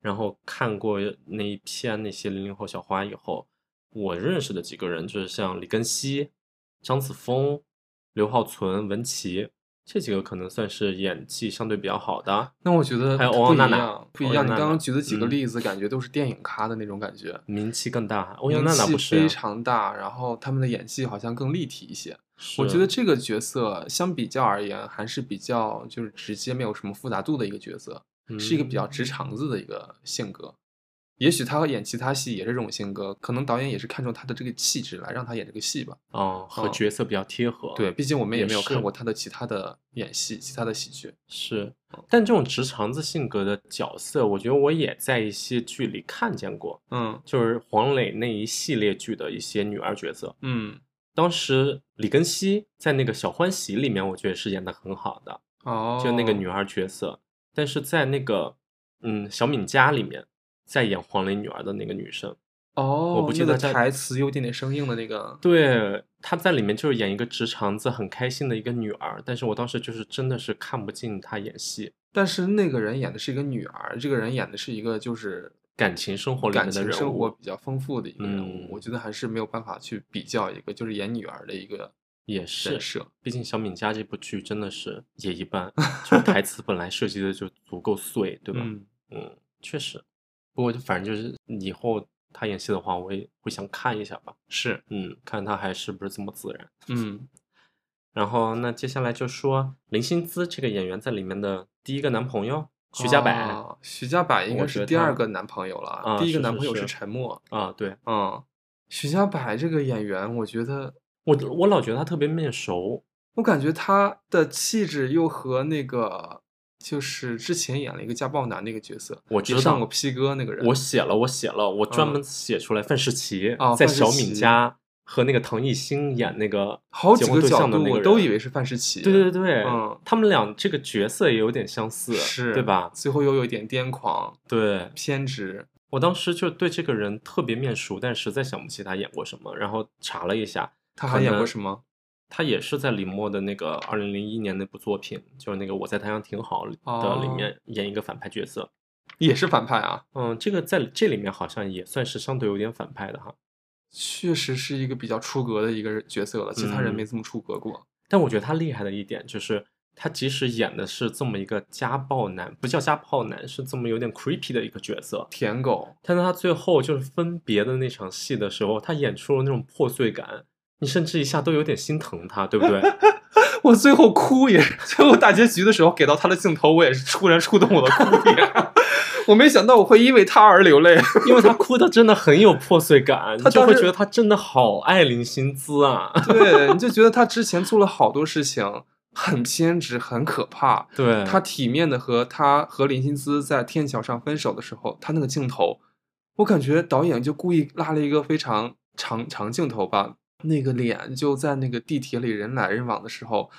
A: 然后看过那一篇那些零零后小花以后，我认识的几个人就是像李根熙、张子枫、刘浩存、文琪这几个可能算是演技相对比较好的，
B: 那我觉得
A: 还有
B: 不
A: 欧阳
B: 一
A: 娜娜
B: 样，不一
A: 欧
B: 样。
A: 阳
B: 你
A: 娜
B: 刚刚
A: 娜
B: 举的几个
A: 嗯
B: 例子，感觉都是电影咖的那种感觉。
A: 名气更大。欧
B: 名
A: 阳娜娜
B: 气
A: 不是
B: 非
A: 啊、
B: 常大，然后他们的演技好像更立体一些。我觉得这个角色相比较而言，还是比较就是直接，没有什么复杂度的一个角色，是一个比较
A: 嗯
B: 直肠子的一个性格。也许他演其他戏也是这种性格，可能导演也是看中他的这个气质来让他演这个戏吧。
A: 哦，和角色比较贴合。
B: 对，毕竟我们也没有
A: 也是
B: 看过他的其他的演戏，其他的喜剧。
A: 是，但这种直肠子性格的角色，我觉得我也在一些剧里看见过，
B: 嗯
A: 就是黄磊那一系列剧的一些女二角色。
B: 嗯
A: 当时李根熙在那个《小欢喜》里面，我觉得是演的很好的，
B: 哦，
A: 就那个女二角色。但是在那个嗯小敏家里面，在演黄磊女儿的那个女生，
B: 哦，
A: 我不记得
B: 那个
A: 在
B: 台词有点点生硬的那个。
A: 对，她在里面就是演一个直肠子、很开心的一个女儿。但是我当时就是真的是看不进她演戏，
B: 但是那个人演的是一个女儿，这个人演的是一个就是
A: 感情生活里
B: 感
A: 面的
B: 情
A: 人
B: 生
A: 物
B: 活比较丰富的一个人物，
A: 嗯
B: 我觉得还是没有办法去比较一个就是演女儿的一个
A: 也是
B: 人，设。
A: 毕竟小敏家这部剧真的是也一般，就台词本来设计的就足够碎，对吧？
B: 嗯，
A: 嗯，确实。不过就反正就是以后他演戏的话，我也会想看一下吧。
B: 是，
A: 嗯，看他还是不是这么自然。
B: 嗯
A: 然后那接下来就说林心姿这个演员在里面的第一个男朋友徐家柏啊、
B: 哦徐家柏应该
A: 我觉
B: 是
A: 得
B: 第二
A: 他
B: 个男朋友了，
A: 啊
B: 第一个
A: 是
B: 男
A: 是
B: 朋友
A: 是
B: 陈默。
A: 啊对
B: 嗯，徐家柏这个演员，我觉得
A: 我我老觉得他特别面熟，
B: 我感觉他的气质又和那个就是之前演了一个家暴男那个角色，
A: 我
B: 也
A: 知
B: 上
A: 道
B: 过 P 哥那个人，
A: 我写了我写了，我专
B: 嗯
A: 门写出来范世琦、
B: 哦
A: 在
B: 范世
A: 小敏
B: 琦
A: 家和那个唐艺昕演那个
B: 好
A: 结
B: 几
A: 婚
B: 个
A: 对
B: 角
A: 象的
B: 度
A: 那个
B: 我都以
A: 人
B: 为是范世琦，
A: 对对对，
B: 嗯
A: 他们俩这个角色也有点相似，
B: 是
A: 对吧？
B: 最后又有一点癫狂、
A: 对
B: 偏执，
A: 我当时就对这个人特别面熟，但实在想不起他演过什么。然后查了一下，
B: 他
A: 可
B: 还演过
A: 能
B: 什么？
A: 他也是在李默的那个二零零一年那部作品，就是那个《我在台上挺好》的里
B: 哦
A: 面演一个反派角色。
B: 也是反派啊，
A: 嗯，这个在这里面好像也算是相对有点反派的哈。
B: 确实是一个比较出格的一个角色了，其他人
A: 嗯
B: 没这么出格过。
A: 但我觉得他厉害的一点就是，他即使演的是这么一个家暴男，不叫家暴男，是这么有点 creepy 的一个角色，
B: 舔狗，
A: 但是他最后就是分别的那场戏的时候，他演出了那种破碎感，你甚至一下都有点心疼他，对不对？
B: 我最后哭也， 最后大结局的时候给到他的镜头，我也是突然触动 我的哭点。我没想到我会因为他而流泪。
A: 因为他哭的真的很有破碎感，你
B: 他
A: 就
B: 当
A: 会
B: 时
A: 觉 得他真的好爱林心姿啊。
B: 对，你就觉得他之前做了好多事情，很偏执，很可怕。
A: 对，
B: 他体面的和他和林心思在天桥上分手的时候，他那个镜头，我感觉导演就故意拉了一个非常长长镜头吧，那个脸就在那个地铁里人来人往的时候，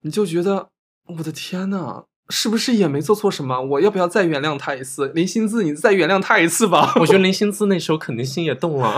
B: 你就觉得我的天呐，是不是也没做错什么？我要不要再原谅他一次？林心思，你再原谅他一次吧！
A: 我觉得林心姿那时候肯定心也动了。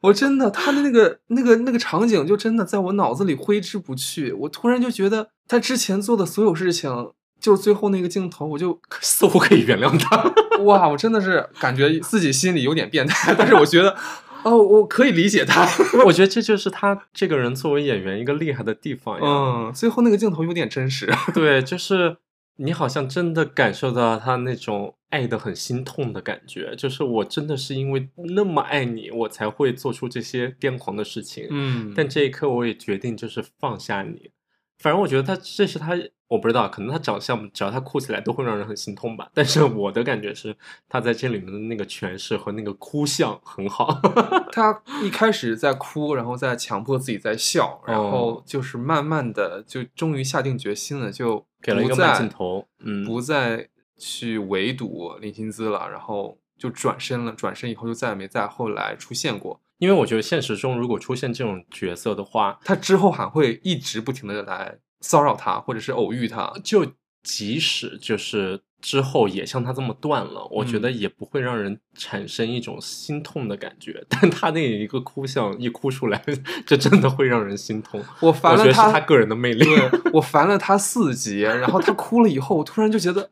B: 我真的，他的那个那个那个场景就真的在我脑子里挥之不去。我突然就觉得他之前做的所有事情，就是最后那个镜头，我就
A: 似乎可以原谅他，
B: 哇，我真的是感觉自己心里有点变态，但是我觉得，哦，我可以理解他。
A: 我觉得这就是他这个人作为演员一个厉害的地方呀。
B: 嗯，最后那个镜头有点真实。
A: 对，就是你好像真的感受到他那种爱的很心痛的感觉，就是我真的是因为那么爱你，我才会做出这些癫狂的事情。
B: 嗯
A: 但这一刻，我也决定就是放下你。反正我觉得他这是他，我不知道，可能他长相只要他哭起来都会让人很心痛吧。但是我的感觉是，他在这里面的那个诠释和那个哭相很好。
B: 他一开始在哭，然后再强迫自己在笑，然
A: 哦
B: 后就是慢慢的就终于下定决心了，就
A: 给了一个
B: 不再
A: 慢镜头嗯
B: 不再去围堵林心姿了，然后就转身了。转身以后就再也没在后来出现过。
A: 因为我觉得现实中如果出现这种角色的话，
B: 他之后还会一直不停的来骚扰他，或者是偶遇他。
A: 就即使就是之后也像他这么断了，我觉得
B: 嗯
A: 也不会让人产生一种心痛的感觉。但他那一个哭相一哭出来， 这真的会让人心痛。
B: 我
A: 我
B: 烦
A: 觉
B: 了
A: 得是
B: 他，
A: 他个人的魅力。
B: 对我烦了他四集，然后他哭了以后，我突然就 觉得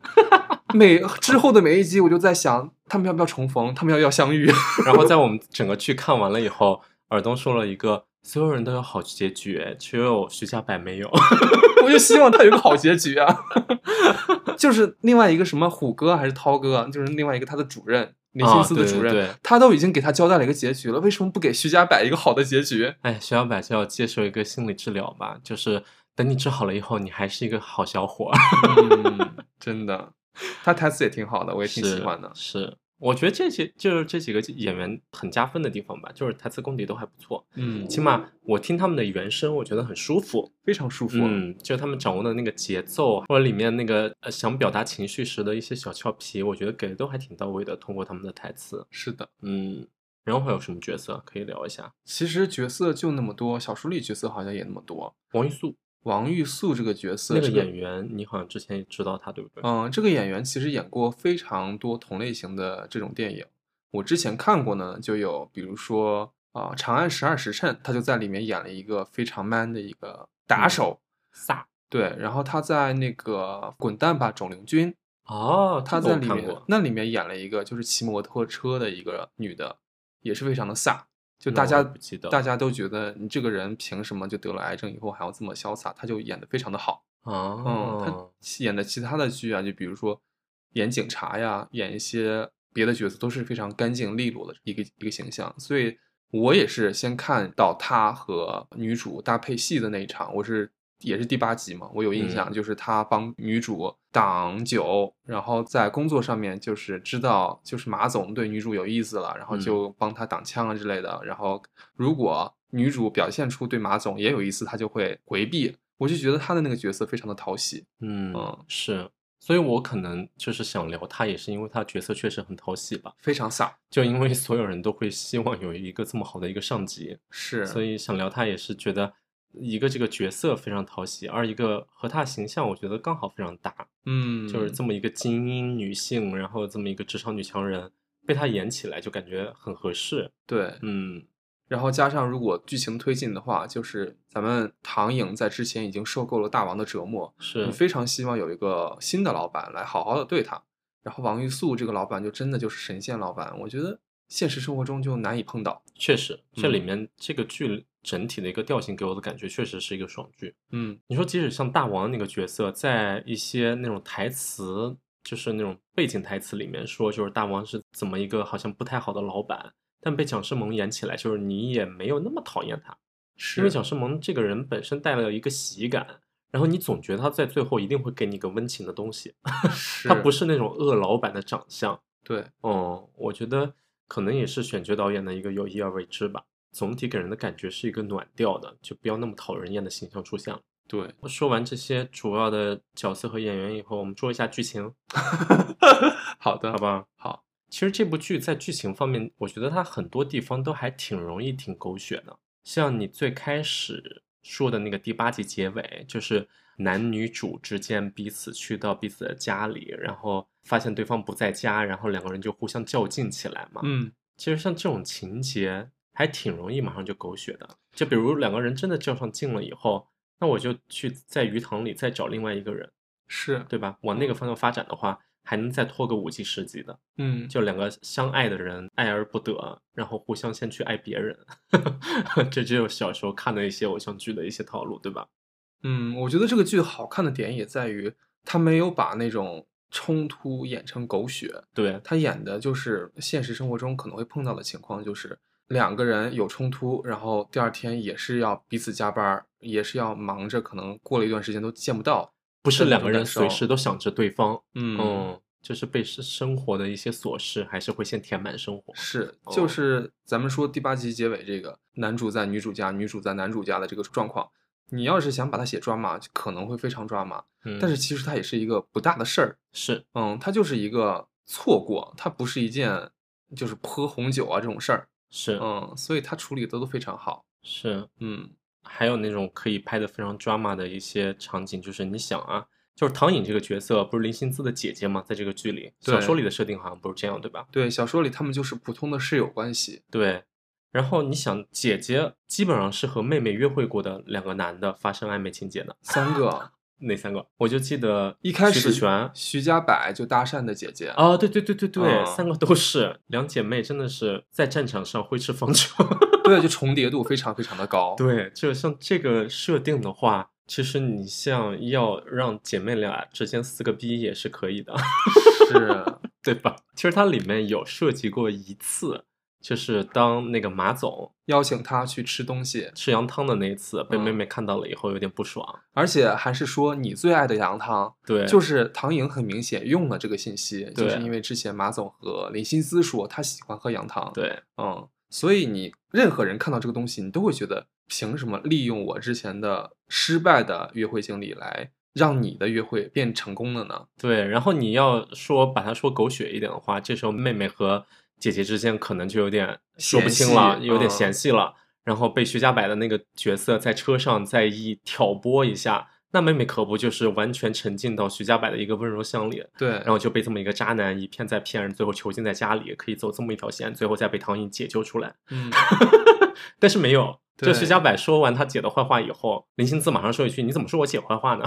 B: 每之后的每一集，我就在想他们要不要重逢，他们要不要相遇。
A: 然后在我们整个剧看完了以后，尔东说了一个所有人都有好结局，哎只有徐家柏没有。
B: 我就希望他有个好结 啊局啊！就是另外一个什么虎哥还是涛哥，就是另外一个他的主任，林心思的
A: 啊对
B: 主任，
A: 对对
B: 他都已经给他交代了一个结局了，为什么不给徐家柏一个好的结局？
A: 哎，徐小柏就要接受一个心理治疗吧，就是等你治好了以后，你还是一个好小伙儿。
B: 嗯，真的，他台词也挺好的， 我也挺喜欢的。
A: 是。是我觉得这些就是这几个演员很加分的地方吧，就是台词功底都还不错，
B: 嗯
A: 起码我听他们的原声，我觉得很舒服。
B: 非常舒服。
A: 嗯，就是他们掌握的那个节奏，或者里面那个、呃、想表达情绪时的一些小俏皮，我觉得给的都还挺到位的。通过他们的台词，
B: 是的，
A: 嗯，然后还有什么角色可以聊一下？
B: 其实角色就那么多，小说里角色好像也那么多。
A: 王玉素
B: 王玉素这个角色，
A: 那个
B: 这个
A: 演员，你好像之前也知道他，对不对？
B: 嗯，这个演员其实演过非常多同类型的这种电影。我之前看过呢，就有比如说啊，呃长安十二时辰》，他就在里面演了一个非常 man 的一个打
A: 嗯
B: 手。
A: 飒
B: 对，然后他在那个《滚蛋吧，肿瘤君》，
A: 哦，
B: 他
A: 这个
B: 在
A: 我
B: 里
A: 看
B: 面
A: 过，
B: 那里面演了一个就是骑摩托车的一个女的，也是非常的飒。就
A: 那
B: 大
A: 我
B: 家
A: 不记得
B: 大家都觉得你这个人凭什么就得了癌症以后还要这么潇洒？他就演的非常的好。嗯，他
A: 哦，
B: 其演的其他的剧啊，就比如说演警察呀，演一些别的角色，都是非常干净利落的一个一个形象。所以我也是先看到他和女主搭配戏的那一场，我是也是第八集嘛，我有印象，就是他帮女主挡酒，然后在工作上面就是知道就是马总对女主有意思了，然后
A: 嗯
B: 就帮他挡枪啊之类的。然后如果女主表现出对马总也有意思，他就会回避。我就觉得他的那个角色非常的讨喜，
A: 嗯
B: 嗯，
A: 是，所以我可能就是想聊他，也是因为他角色确实很讨喜吧，
B: 非常飒，
A: 就因为所有人都会希望有一个这么好的一个上级，
B: 是，
A: 所以想聊他也是觉得一个这个角色非常讨喜，二一个和他形象我觉得刚好非常搭，
B: 嗯，
A: 就是这么一个精英女性，然后这么一个职场女强人，被他演起来就感觉很合适。
B: 对，
A: 嗯，
B: 然后加上如果剧情推进的话，就是咱们唐颖在之前已经受够了大王的折磨，
A: 是
B: 非常希望有一个新的老板来好好的对他。然后王玉素这个老板就真的就是神仙老板，我觉得现实生活中就难以碰到。
A: 确实，这
B: 嗯
A: 里面这个剧整体的一个调性给我的感觉确实是一个爽剧。
B: 嗯，
A: 你说，即使像大王那个角色，在一些那种台词，就是那种背景台词里面说，就是大王是怎么一个好像不太好的老板，但被蒋诗萌演起来，就是你也没有那么讨厌他，
B: 是
A: 因为 蒋诗萌这个人本身带了一个喜感，然后你总觉得他在最后一定会给你一个温情的东西，他不
B: 是
A: 是那种恶老板的长相。
B: 对，
A: 哦，我觉得可能也是选角导演的一个有意而为之吧。总体给人的感觉是一个暖调的，就不要那么讨人厌的形象出现了。
B: 对，
A: 说完这些主要的角色和演员以后，我们说一下剧情，
B: 好的，
A: 好吧？
B: 好，
A: 其实这部剧在剧情方面，我觉得它很多地方都还挺容易、挺狗血的。像你最开始说的那个第八集结尾，就是男女主之间彼此去到彼此的家里，然后发现对方不在家，然后两个人就互相较劲起来嘛。
B: 嗯，
A: 其实像这种情节还挺容易马上就狗血的。就比如两个人真的较上劲了以后，那我就去在鱼塘里再找另外一个人，
B: 是，
A: 对吧？往那个方向发展的话，还能再拖个五级十级的。
B: 嗯，
A: 就两个相爱的人爱而不得，然后互相先去爱别人， 这只有小时候看的一些偶像剧的一些套路，对吧？
B: 嗯，我觉得这个剧好看的点也在于，他没有把那种冲突演成狗血，
A: 对，
B: 他演的就是现实生活中可能会碰到的情况，就是两个人有冲突，然后第二天也是要彼此加班儿，也是要忙着，可能过了一段时间都见不到。
A: 不是
B: 这
A: 两
B: 种
A: 个人
B: 感
A: 随
B: 受
A: 时都想着对方，
B: 嗯
A: 嗯，就是被生生活的一些琐事，还是会先填满生活。
B: 是，
A: 哦
B: 就是咱们说第八集结尾这个男主在女主家，女主在男主家的这个状况，你要是想把它写抓马，可能会非常抓马，
A: 嗯，
B: 但是其实它也是一个不大的事儿，
A: 是
B: 嗯，它就是一个错过，它不是一件就是喝红酒啊这种事儿，
A: 是
B: 嗯，所以他处理的都非常好，
A: 是，
B: 嗯，
A: 还有那种可以拍的非常 drama 的一些场景，就是你想啊，就是唐颖这个角色不是林心姿的姐姐吗？在这个剧里，小
B: 对
A: 说里的设定好像不是这样，对吧？
B: 对，小说里他们就是普通的室友关系，
A: 对。然后你想，姐姐基本上是和妹妹约会过的两个男的发生暧昧情节的，
B: 三个
A: 哪三个？我就记得
B: 一开
A: 徐
B: 始哦
A: 子璇，
B: 徐家柏就搭讪的姐姐，
A: 啊，对对对对对，
B: 嗯
A: 三个都是两姐妹，真的是在战场上挥斥方遒。
B: 对，就重叠度非常非常的高，
A: 对，就像这个设定的话，其实你像要让姐妹俩之间撕个逼也是可以的。
B: 是，
A: 对吧？其实它里面有涉及过一次，就是当那个马总
B: 邀请他去吃东西，
A: 吃羊汤的那一次，
B: 嗯
A: 被妹妹看到了以后有点不爽。
B: 而且还是说你最爱的羊汤，
A: 对，
B: 就是唐颖很明显用了这个信息，
A: 对
B: 就是因为之前马总和林心思说他喜欢喝羊汤，
A: 对
B: 嗯，所以你任何人看到这个东西，你都会觉得凭什么利用我之前的失败的约会经历来让你的约会变成功了呢？
A: 对。然后你要说把它说狗血一点的话，这时候妹妹和姐姐之间可能就有点说不清了，
B: 嫌隙
A: 有点
B: 嗯
A: 嫌隙了。然后被徐家柏的那个角色在车上再一挑拨一下，那妹妹可不就是完全沉浸到徐家柏的一个温柔乡里，
B: 对，
A: 然后就被这么一个渣男一骗再骗，最后囚禁在家里，可以走这么一条线，最后再被唐颖解救出来。
B: 嗯，
A: 但是没有，就
B: 对
A: 徐小柏说完他姐的坏话以后，林心姿马上说一句：“你怎么说我姐坏话呢？”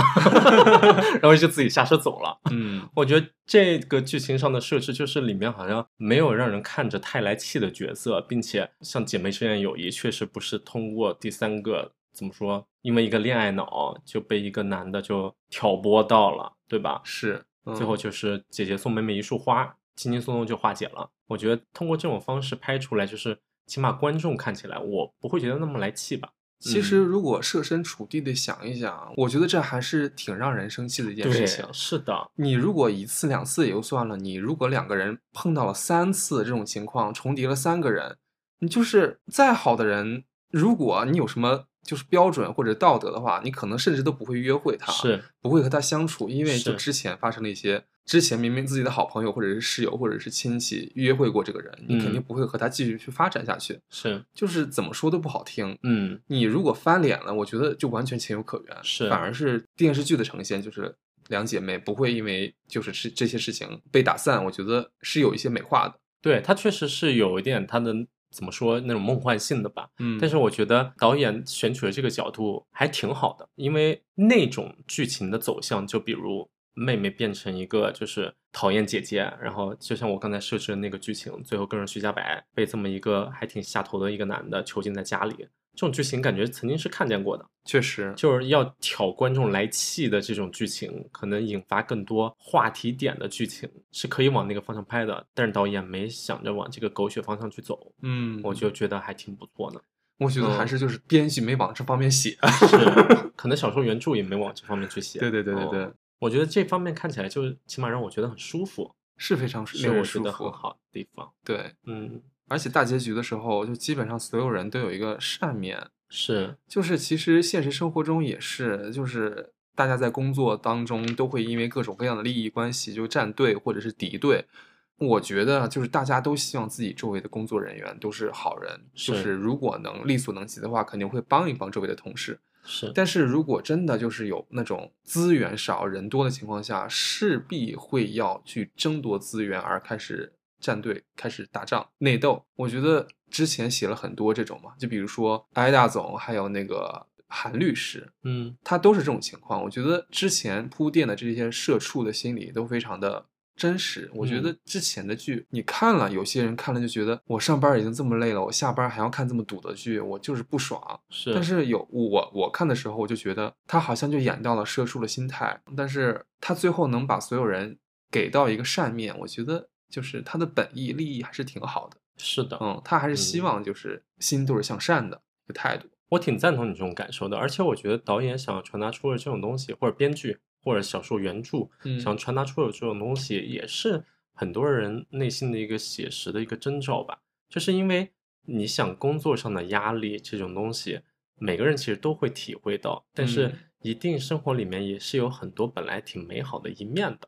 A: 然后就自己下车走了。
B: 嗯，
A: 我觉得这个剧情上的设置就是里面好像没有让人看着太来气的角色，并且像姐妹之间的友谊确实不是通过第三个怎么说，因为一个恋爱脑就被一个男的就挑拨到了，对吧？
B: 是，嗯
A: 最后就是姐姐送妹妹一束花，轻轻松松就化解了。我觉得通过这种方式拍出来，就是起码观众看起来我不会觉得那么来气吧。
B: 其实
A: 嗯
B: 如果设身处地的想一想，我觉得这还是挺让人生气的一件事情。
A: 是的，
B: 你如果一次两次也就算了，你如果两个人碰到了三次这种情况，重叠了三个人，你就是再好的人，如果你有什么就是标准或者道德的话，你可能甚至都不会约会他，
A: 是啊
B: 不会和他相处，因为就是之前发生了一些，之前明明自己的好朋友或者是室友或者是亲戚约会过这个人，你肯定
A: 嗯
B: 不会和他继续去发展下去，
A: 是，
B: 就是怎么说都不好听，
A: 嗯，
B: 你如果翻脸了，我觉得就完全情有可原，
A: 是
B: 反而是电视剧的呈现，就是两姐妹不会因为就是这这些事情被打散，我觉得是有一些美化的，
A: 对，它确实是有一点它的怎么说那种梦幻性的吧。
B: 嗯
A: 但是我觉得导演选取了这个角度还挺好的，因为那种剧情的走向，就比如妹妹变成一个就是讨厌姐姐，然后就像我刚才设置的那个剧情，最后跟着徐家柏被这么一个还挺下头的一个男的囚禁在家里，这种剧情感觉曾经是看见过的，
B: 确实，
A: 就是要挑观众来气的这种剧情，可能引发更多话题点的剧情是可以往那个方向拍的，但是导演没想着往这个狗血方向去走，
B: 嗯
A: 我就觉得还挺不错的。
B: 我觉得还是就是编剧没往这方面写，
A: 是，可能小说原著也没往这方面去写。
B: 对对对对
A: 嗯
B: 对，
A: 我觉得这方面看起来就是起码让我觉得很舒服，
B: 是非常
A: 是
B: 令
A: 我
B: 人
A: 觉
B: 舒
A: 得很
B: 服，
A: 好的地方。
B: 对，
A: 嗯，
B: 而且大结局的时候，就基本上所有人都有一个善面，
A: 是
B: 就是其实现实生活中也是，就是大家在工作当中都会因为各种各样的利益关系就站队或者是敌对。我觉得啊就是大家都希望自己周围的工作人员都是好人，就是是如果能力所能及的话，肯定会帮一帮周围的同事。
A: 是，
B: 但是如果真的就是有那种资源少、人多的情况下，势必会要去争夺资源而开始站队、开始打仗、内斗。我觉得之前写了很多这种嘛，就比如说艾大总还有那个韩律师，
A: 嗯，
B: 他都是这种情况。我觉得之前铺垫的这些社畜的心理都非常的真实。我觉得之前的剧你看了，有些人看了就觉得我上班已经这么累了，我下班还要看这么堵的剧，我就是不爽。
A: 是，
B: 但是有我我看的时候，我就觉得他好像就演到了社畜的心态，但是他最后能把所有人给到一个善面，我觉得就是他的本意利益还是挺好的。
A: 是的，
B: 嗯，他还是希
A: 嗯
B: 望就是心都是向善的一个态度。
A: 我挺赞同你这种感受的。而且我觉得导演想要传达出的这种东西，或者编剧或者小说原著
B: 嗯
A: 想要传达出的这种东西，也是很多人内心的一个写实的一个征兆吧。就是因为你想工作上的压力这种东西，每个人其实都会体会到，但是
B: 嗯
A: 一定生活里面也是有很多本来挺美好的一面的。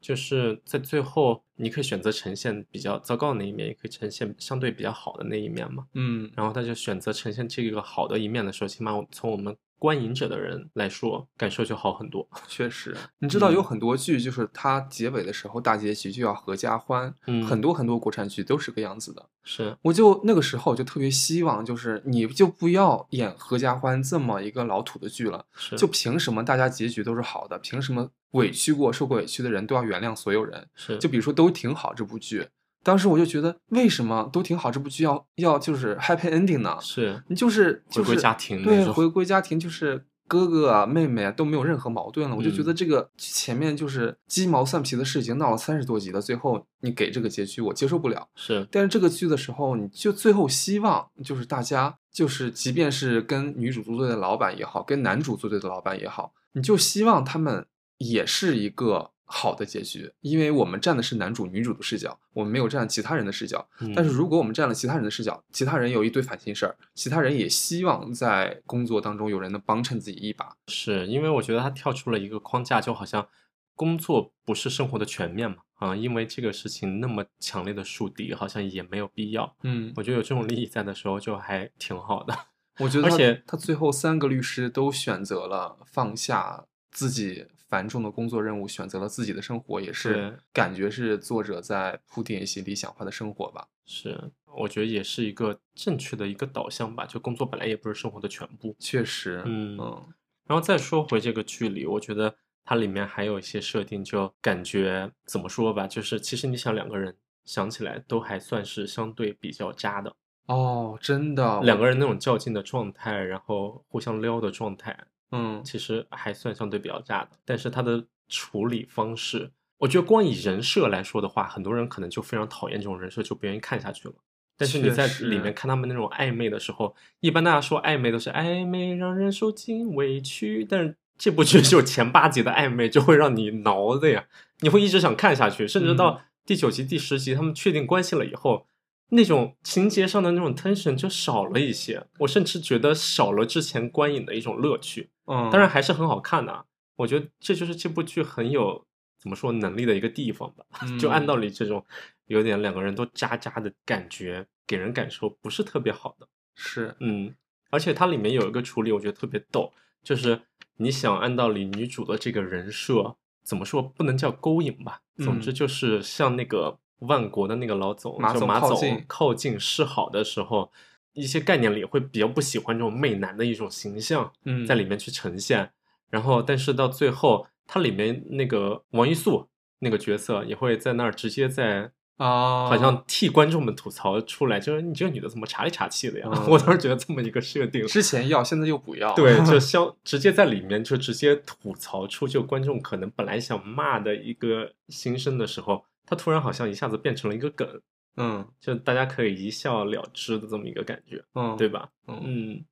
A: 就是在最后，你可以选择呈现比较糟糕的那一面，也可以呈现相对比较好的那一面嘛。
B: 嗯
A: 然后他就选择呈现这个好的一面的时候，起码我从我们观影者的人来说，感受就好很多。
B: 确实，你知道有
A: 嗯
B: 很多剧，就是它结尾的时候大结局就要合家欢，
A: 嗯
B: 很多很多国产剧都是这个样子的。
A: 是，
B: 我就那个时候我就特别希望，就是你就不要演合家欢这么一个老土的剧了。
A: 是，
B: 就凭什么大家结局都是好的？凭什么委屈过、受过委屈的人都要原谅所有人？
A: 是
B: 就比如说《都挺好》这部剧，当时我就觉得，为什么《都挺好》这部剧啊要要就是 happy ending 呢？
A: 是
B: 你就是、就
A: 回
B: 是、
A: 归家庭那
B: 对，
A: 种
B: 回归家庭就是哥哥啊、妹妹啊都没有任何矛盾了，我就
A: 嗯
B: 觉得这个前面就是鸡毛蒜皮的事情闹了三十多集了，最后你给这个结局我接受不了。
A: 是
B: 但是这个剧的时候，你就最后希望就是大家就是，即便是跟女主作对的老板也好，跟男主作对的老板也好，你就希望他们也是一个好的结局，因为我们站的是男主女主的视角，我们没有站其他人的视角。但是
A: 嗯
B: 如果我们站了其他人的视角，其他人有一堆烦心事儿，其他人也希望在工作当中有人能帮衬自己一把。
A: 是因为我觉得他跳出了一个框架，就好像工作不是生活的全面嘛，啊、因为这个事情那么强烈的树敌，好像也没有必要。
B: 嗯，
A: 我觉得有这种利益在的时候，就还挺好的。
B: 我觉得
A: 而
B: 他
A: 且
B: 他最后三个律师都选择了放下自己繁重的工作任务，选择了自己的生活，也
A: 对
B: 是感觉是作者在铺垫一些理想化的生活吧。
A: 是，我觉得也是一个正确的一个导向吧。就工作本来也不是生活的全部。
B: 确实，
A: 嗯
B: 嗯
A: 然后再说回这个剧里，我觉得它里面还有一些设定，就感觉怎么说吧，就是其实你想两个人想起来都还算是相对比较渣的，
B: 哦，真的，
A: 两
B: 我
A: 个人那种较劲的状态，然后互相撩的状态，
B: 嗯
A: 其实还算相对比较渣的。但是它的处理方式，我觉得光以人设来说的话，很多人可能就非常讨厌这种人设，就不愿意看下去了。但是你
B: 确
A: 在
B: 实
A: 里面看他们那种暧昧的时候，一般大家说暧昧都是暧昧让人受尽委屈，但是这部剧就前八集的暧昧就会让你挠的呀，你会一直想看下去，甚至
B: 嗯
A: 到第九集、第十集他们确定关系了以后，那种情节上的那种 tension 就少了一些。我甚至觉得少了之前观影的一种乐趣。
B: 嗯，
A: 当然还是很好看的、啊。我觉得这就是这部剧很有怎么说能力的一个地方吧。就按道
B: 理
A: 理这种有点两个人都渣渣的感觉，给人感受不是特别好的。
B: 是，
A: 嗯，而且它里面有一个处理，我觉得特别逗，就是你想按道理女主的这个人设怎么说，不能叫勾引吧，总之
B: 嗯
A: 就是像那个万国的那个老总，
B: 马
A: 就
B: 总
A: 马
B: 靠
A: 总
B: 近
A: 靠近示好的时候。一些概念里会比较不喜欢这种媚男的一种形象，
B: 嗯，
A: 在里面去呈现。然后，但是到最后，它里面那个王一素那个角色也会在那儿直接在
B: 啊，
A: 好像替观众们吐槽出来，就是你这个女的怎么茶里茶气的呀？
B: 嗯
A: 我当时觉得这么一个设定，
B: 之前要，现在又不要，
A: 对， 就相直接在里面就直接吐槽出就观众可能本来想骂的一个心声的时候，他突然好像一下子变成了一个梗，
B: 嗯
A: 就大家可以一笑了之的这么一个感觉，
B: 嗯，
A: 对吧？
B: 嗯
A: 嗯，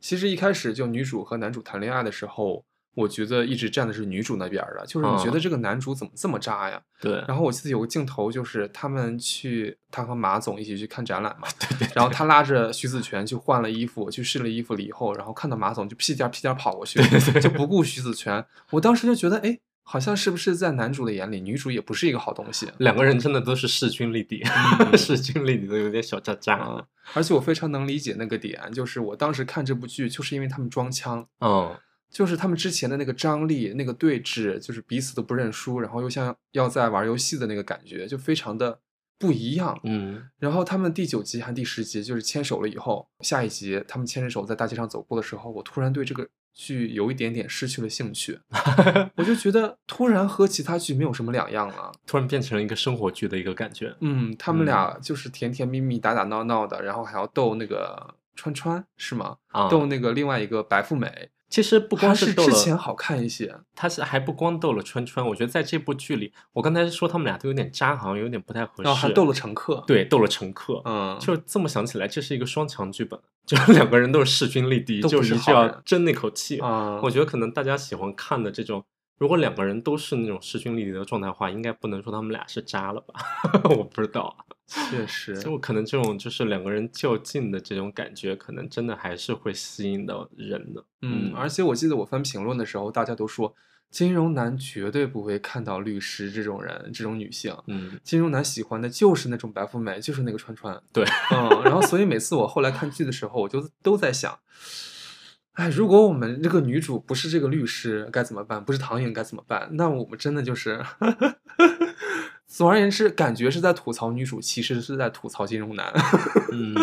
B: 其实一开始就女主和男主谈恋爱的时候，我觉得一直站的是女主那边儿的，就是你觉得
A: 嗯
B: 这个男主怎么这么渣呀？
A: 对，
B: 然后我记得有个镜头，就是他们去，他和马总一起去看展览嘛，然后他拉着徐子泉去换了衣服，去试了衣服了以后，然后看到马总就屁颠儿屁颠儿跑过去，就不顾徐子泉。我当时就觉得，哎，好像是不是在男主的眼里，女主也不是一个好东西。
A: 两个人真的都是势均力敌， 势均力敌的有点小渣渣。
B: 嗯，而且我非常能理解那个点，就是我当时看这部剧，就是因为他们装腔，
A: 嗯，
B: 就是他们之前的那个张力、那个对峙，就是彼此都不认输，然后又像要在玩游戏的那个感觉，就非常的不一样。
A: 嗯，
B: 然后他们第九集还第十集就是牵手了以后，下一集他们牵着手在大街上走过的时候，我突然对这个剧有一点点失去了 兴趣，我就觉得突然和其他剧没有什么两样了。
A: 突然变成了一个生活剧的一个感觉。
B: 嗯，他们俩就是甜甜蜜蜜、打打闹闹的，然后还要逗那个川川是吗？
A: 啊，
B: 逗那个另外一个白富美，
A: 其实不光
B: 还是
A: 逗
B: 之
A: 了，
B: 前好看一些。
A: 他是还不光逗了川川，我觉得在这部剧里，我刚才说他们俩都有点渣，好像有点不太合适。
B: 然后哦还逗了乘客。，
A: 对，逗了乘客。
B: 嗯，
A: 就这么想起来，这是一个双强剧本，就两个人都是势均力敌，
B: 都不
A: 就是一
B: 好
A: 定要
B: 人
A: 争那口气。
B: 啊，
A: 我觉得可能大家喜欢看的这种，如果两个人都是那种势均力敌的状态的话，应该不能说他们俩是渣了吧？ 我不知道啊。
B: 确实，
A: 就可能这种就是两个人较劲的这种感觉，可能真的还是会吸引到人的。
B: 嗯，而
A: 而
B: 且我记得我翻评论的时候，大家都说金融男绝对不会看到律师这种人，这种女性。
A: 嗯，
B: 金融男喜欢的就是那种白富美，就是那个川川。
A: 对，
B: 嗯，然后所以每次我后来看剧的时候，我就都在想，哎，如果我们这个女主不是这个律师该怎么办？不是唐颖该怎么办？那我们真的就是，总而言之，感觉是在吐槽女主，其实是在吐槽金融男。
A: 嗯，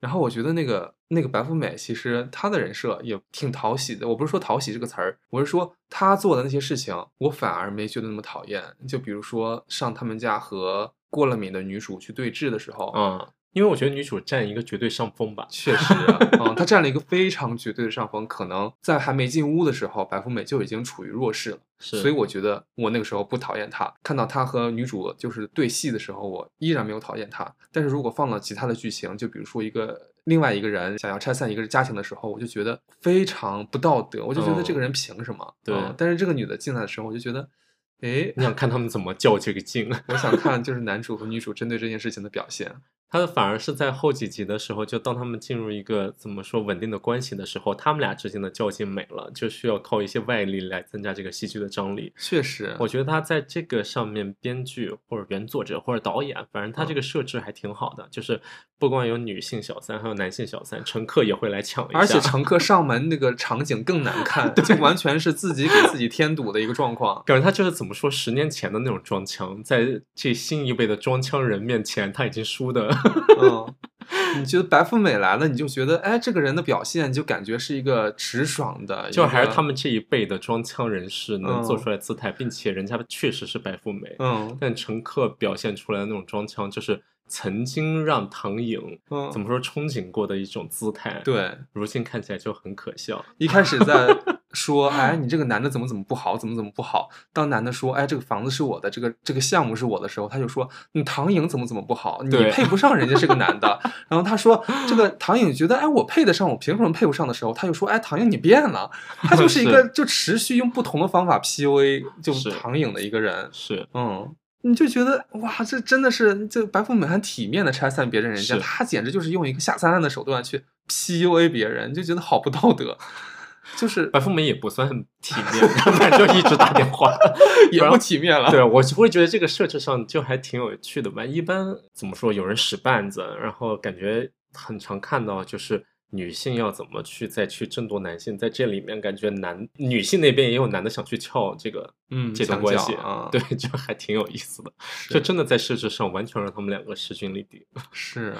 B: 然后我觉得那个那个白富美，其实她的人设也挺讨喜的。我不是说讨喜这个词儿，我是说她做的那些事情，我反而没觉得那么讨厌。就比如说上他们家和过了敏的女主去对峙的时候，
A: 嗯，因为我觉得女主占一个绝对上风吧。
B: 确实，嗯，她占了一个非常绝对的上风，可能在还没进屋的时候，白富美就已经处于弱势了。
A: 是
B: 所以我觉得我那个时候不讨厌她，看到她和女主就是对戏的时候，我依然没有讨厌她。但是如果放了其他的剧情，就比如说一个另外一个人想要拆散一个家庭的时候，我就觉得非常不道德，我就觉得这个人凭什么？
A: 嗯对
B: 嗯但是这个女的进来的时候，我就觉得，哎，
A: 你想看他们怎么较这个劲？啊
B: 我想看就是男主和女主针对这件事情的表现。
A: 他反而是在后几集的时候，就当他们进入一个怎么说稳定的关系的时候，他们俩之间的较劲没了，就需要靠一些外力来增加这个戏剧的张力。
B: 确实，
A: 我觉得他在这个上面，编剧或者原作者或者导演，反正他
B: 嗯
A: 这个设置还挺好的，就是不光有女性小三，还有男性小三，乘客也会来抢一下，
B: 而且乘客上门那个场景更 难看，就完全是自己给自己添堵的一个状况。
A: 感觉他就是怎么说，十年前的那种装腔，在这新一辈的装腔人面前，他已经输的。
B: 嗯，你觉得白富美来了，你就觉得哎，这个人的表现就感觉是一个直爽 的，
A: 就
B: 一
A: 还是
B: 个
A: 他们这一辈的装腔人士能做
B: 嗯
A: 出来姿态，并且人家确实是白富美，
B: 嗯
A: 但乘客表现出来的那种装腔，就是曾经让唐颖
B: 嗯
A: 怎么说憧憬过的一种姿态，，
B: 对？
A: 如今看起来就很可笑。
B: 一开始在说哎，你这个男的怎么怎么不好，怎么怎么不好。当男的说哎，这个房子是我的，这个这个项目是我的时候，他就说你唐颖怎么怎么不好，你
A: 对
B: 配不上人家是个 男的。然后他说这个唐颖觉得哎，我配得上，我凭什么配不上的时候，他就说哎，唐颖你变了。他就是一个就持续用不同的方法 PUA 就
A: 是
B: 是唐颖的一个人。
A: 是，
B: 嗯，你就觉得哇，这真的是这白富美很体面的拆散别人人家，
A: 是
B: 她简直就是用一个下三滥的手段去 PUA 别人，你就觉得好不道德， 就是
A: 白富美也不算很体面，反正就一直打电话。
B: 也
A: 然
B: 不
A: 后
B: 体面了。
A: 对，我就会觉得这个设置上就还挺有趣的吧。一般怎么说，有人使绊子，然后感觉很常看到就是女性要怎么去再去争夺男性，在这里面感觉男女性那边也有男的想去撬这个
B: 嗯
A: 这段
B: 想
A: 关
B: 角
A: 系
B: 啊
A: 对，就还挺有意思的。
B: 是
A: 就真的在设置上完全让他们两个势均力敌。
B: 是，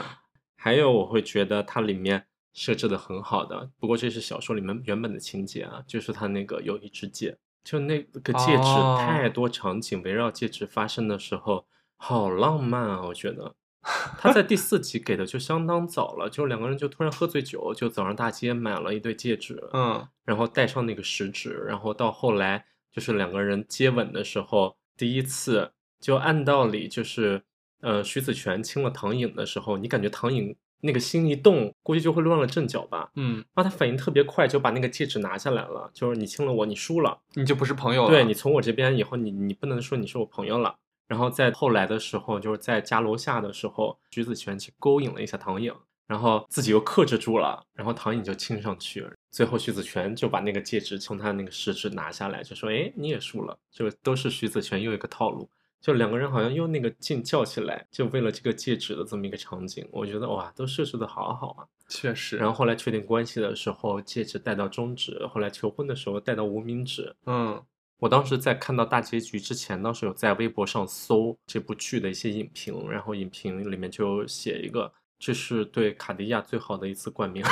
A: 还有，我会觉得它里面设置的很好的，不过这是小说里面原本的情节啊，就是它那个友谊之戒，就那个戒指，
B: 哦
A: 太多场景围绕戒指发生的时候，好浪漫啊！我觉得他在第四集给的就相当早了，就两个人就突然喝醉酒，就走上大街买了一对戒指，
B: 嗯
A: 然后戴上那个食指，然后到后来就是两个人接吻的时候，第一次就按道理就是，呃，徐子泉亲了唐颖的时候，你感觉唐颖那个心一动，估计就会乱了阵脚吧。
B: 嗯，
A: 然后他反应特别快，就把那个戒指拿下来了，就是你亲了我，你输了，
B: 你就不是朋友了。
A: 对你从我这边以后，你你不能说你是我朋友了。然后在后来的时候，就是在家楼下的时候，徐子泉去勾引了一下唐颖，然后自己又克制住了，然后唐颖就亲上去，最后徐子泉就把那个戒指从他那个食指拿下来，就说：“哎，你也输了。”就都是徐子泉又一个套路，就两个人好像又那个劲较起来，就为了这个戒指的这么一个场景，我觉得哇，都设置的好好啊。
B: 确实，
A: 然后后来确定关系的时候，戒指戴到中指，后来求婚的时候戴到无名指，
B: 嗯
A: 我当时在看到大结局之前，当时有在微博上搜这部剧的一些影评，然后影评里面就有写一个，这是对卡地亚最好的一次冠冕。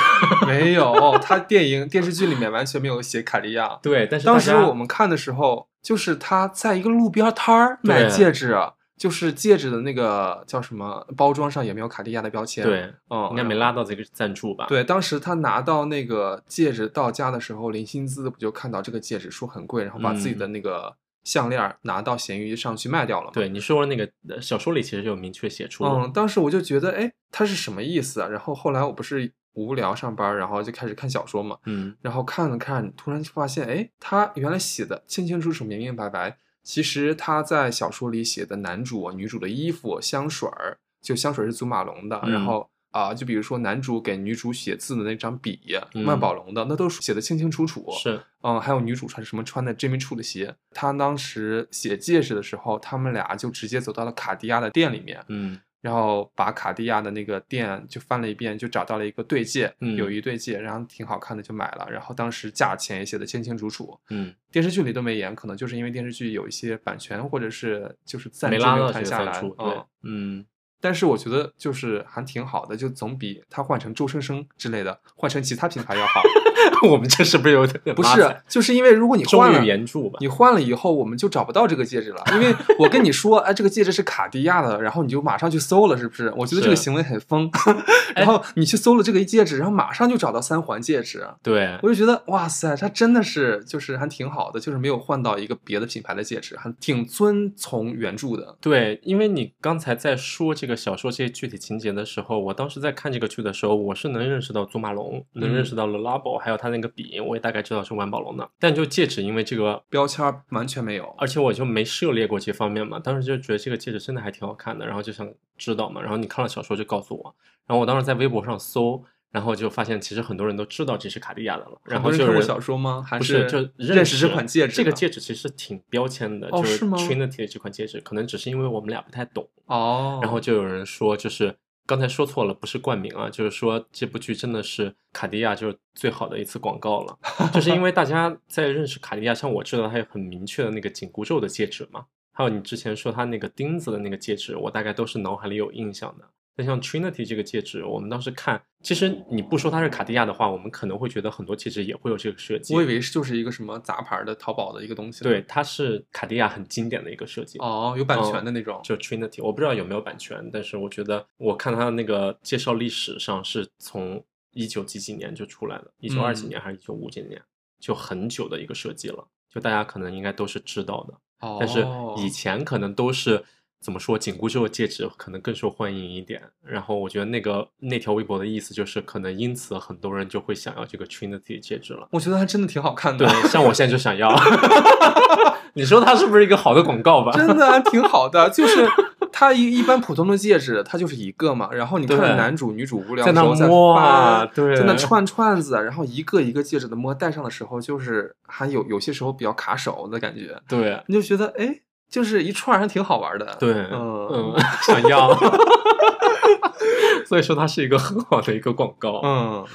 B: 没有，他电影电视剧里面完全没有写卡利亚。
A: 对，但是
B: 当
A: 大
B: 时
A: 家
B: 我们看的时候，就是他在一个路边摊儿买
A: 对
B: 戒指，啊就是戒指的那个叫什么包装上也没有卡地亚的标签。，
A: 对
B: 嗯，
A: 应该没
B: 然后。
A: 拉到这个赞助吧？，
B: 对，当时他拿到那个戒指到家的时候，林薪姿不就看到这个戒指说很贵，然后把自己的那个项链儿拿到闲鱼上去卖掉了嘛。
A: 对，你说的那个呃小说里其实就有明确写出的，
B: 嗯，当时我就觉得，哎，他是什么意思啊？然后后来我不是无聊上班儿，然后就开始看小说嘛，
A: 嗯，
B: 然后看了看，突然就发现，哎，他原来写的清清楚楚、明明白白。其实他在小说里写的男主、女主的衣服、香水儿，就香水儿是祖马龙的，
A: 嗯
B: 然后啊、就比如说男主给女主写字的那张笔，
A: 嗯
B: 万宝龙的，那都是写的清清楚楚。
A: 是
B: 嗯，还有女主穿什么穿的 Jimmy Choo 的鞋。他当时写戒指的时候，他们俩就直接走到了卡地亚的店里面，
A: 嗯
B: 然后把卡地亚的那个店就翻了一遍，就找到了一个对戒，
A: 嗯
B: 有一对戒，然后挺好看的，就买了。然后当时价钱也写的清清楚楚，
A: 嗯，
B: 电视剧里都没演，可能就是因为电视剧有一些版权或者是就是暂
A: 没
B: 时
A: 拉
B: 没
A: 到
B: 有
A: 这
B: 谈
A: 个
B: 下
A: 赞
B: 来
A: 助，，对
B: 嗯，，
A: 嗯，
B: 但是我觉得就是还挺好的，就总比他换成周生生之类的，换成其他品牌要好。
A: 我们这是不是有点
B: 不
A: 拉
B: 是
A: 踩，
B: 就是因为如果你换
A: 忠于
B: 了，
A: 原著吧？
B: 你换了以后，我们就找不到这个戒指了。因为我跟你说，哎，这个戒指是卡地亚的，然后你就马上去搜了，是不是？我觉得这个
A: 是哎
B: 行为很疯。然后你去搜了这个戒指，然后马上就找到三环戒指，
A: 对，
B: 我就觉得哇塞，他真的是就是还挺好的，就是没有换到一个别的品牌的戒指，还挺遵从原著的。
A: 对，因为你刚才在说这个小说这些具体情节的时候，我当时在看这个剧的时候，我是能认识到祖马龙，能认
B: 嗯
A: 识到了拉宝，还有他那个笔，我也大概知道是万宝龙的。但就戒指，因为这个，
B: 标签儿完全没有，
A: 而且我就没涉猎过这方面嘛，当时就觉得这个戒指真的还挺好看的，然后就想知道嘛。然后你看了小说就告诉我，然后我当时在微博上搜，然后就发现其实很多人都知道这是卡地亚的了，然后
B: 很
A: 就
B: 多
A: 有
B: 人看过
A: 人
B: 小说吗？还
A: 不是，就
B: 认识这款戒指
A: 这
B: 的？
A: 个戒指其实挺标签的，
B: 哦
A: 就是
B: 是吗
A: Trinity 的这款戒指，可能只是因为我们俩不太懂。
B: 哦，
A: 然后就有人说，就是刚才说错了，不是冠名啊，就是说这部剧真的是卡地亚就是最好的一次广告了，就是因为大家在认识卡地亚，像我知道它有很明确的那个紧箍咒的戒指嘛，还有你之前说它那个钉子的那个戒指，我大概都是脑海里有印象的。但像 Trinity 这个戒指，我们当时看，其实你不说它是卡地亚的话，我们可能会觉得很多戒指也会有这个设计。
B: 我以为是就是一个什么杂牌儿的淘宝的一个东西。
A: 对，，它是卡地亚很经典的一个设计。
B: 哦，有版权的
A: 嗯
B: 那种。
A: 就 Trinity，我不知道有没有版权，但是我觉得我看它的那个介绍历史上是从一九几几年就出来了，一九二几
B: 嗯
A: 年还是一九五几年，就很久的一个设计了，就大家可能应该都是知道的，
B: 哦，
A: 但是以前可能都是。怎么说？紧箍咒的戒指可能更受欢迎一点。然后我觉得那个那条微博的意思就是，可能因此很多人就会想要这个 Trinity 戒指了。
B: 我觉得还真的挺好看的
A: 对，，像我现在就 想要。 你说它是不是一个好的广告吧？
B: 真的还挺好的。就是它一一般普通的戒指，它就是一个嘛。然后你看
A: 对
B: 男主女主无聊
A: 在
B: 的
A: 那
B: 时候在
A: 摸啊，
B: 翻。
A: 对，
B: 在那串串子，然后一个一个戒指的摸，戴上的时候就是还有有些时候比较卡手的感觉，
A: 对
B: 你就觉得哎，就是一串儿还挺好玩的。
A: 对，
B: 嗯
A: 嗯，想要， 所以说它是一个很好的一个广告。，
B: 嗯，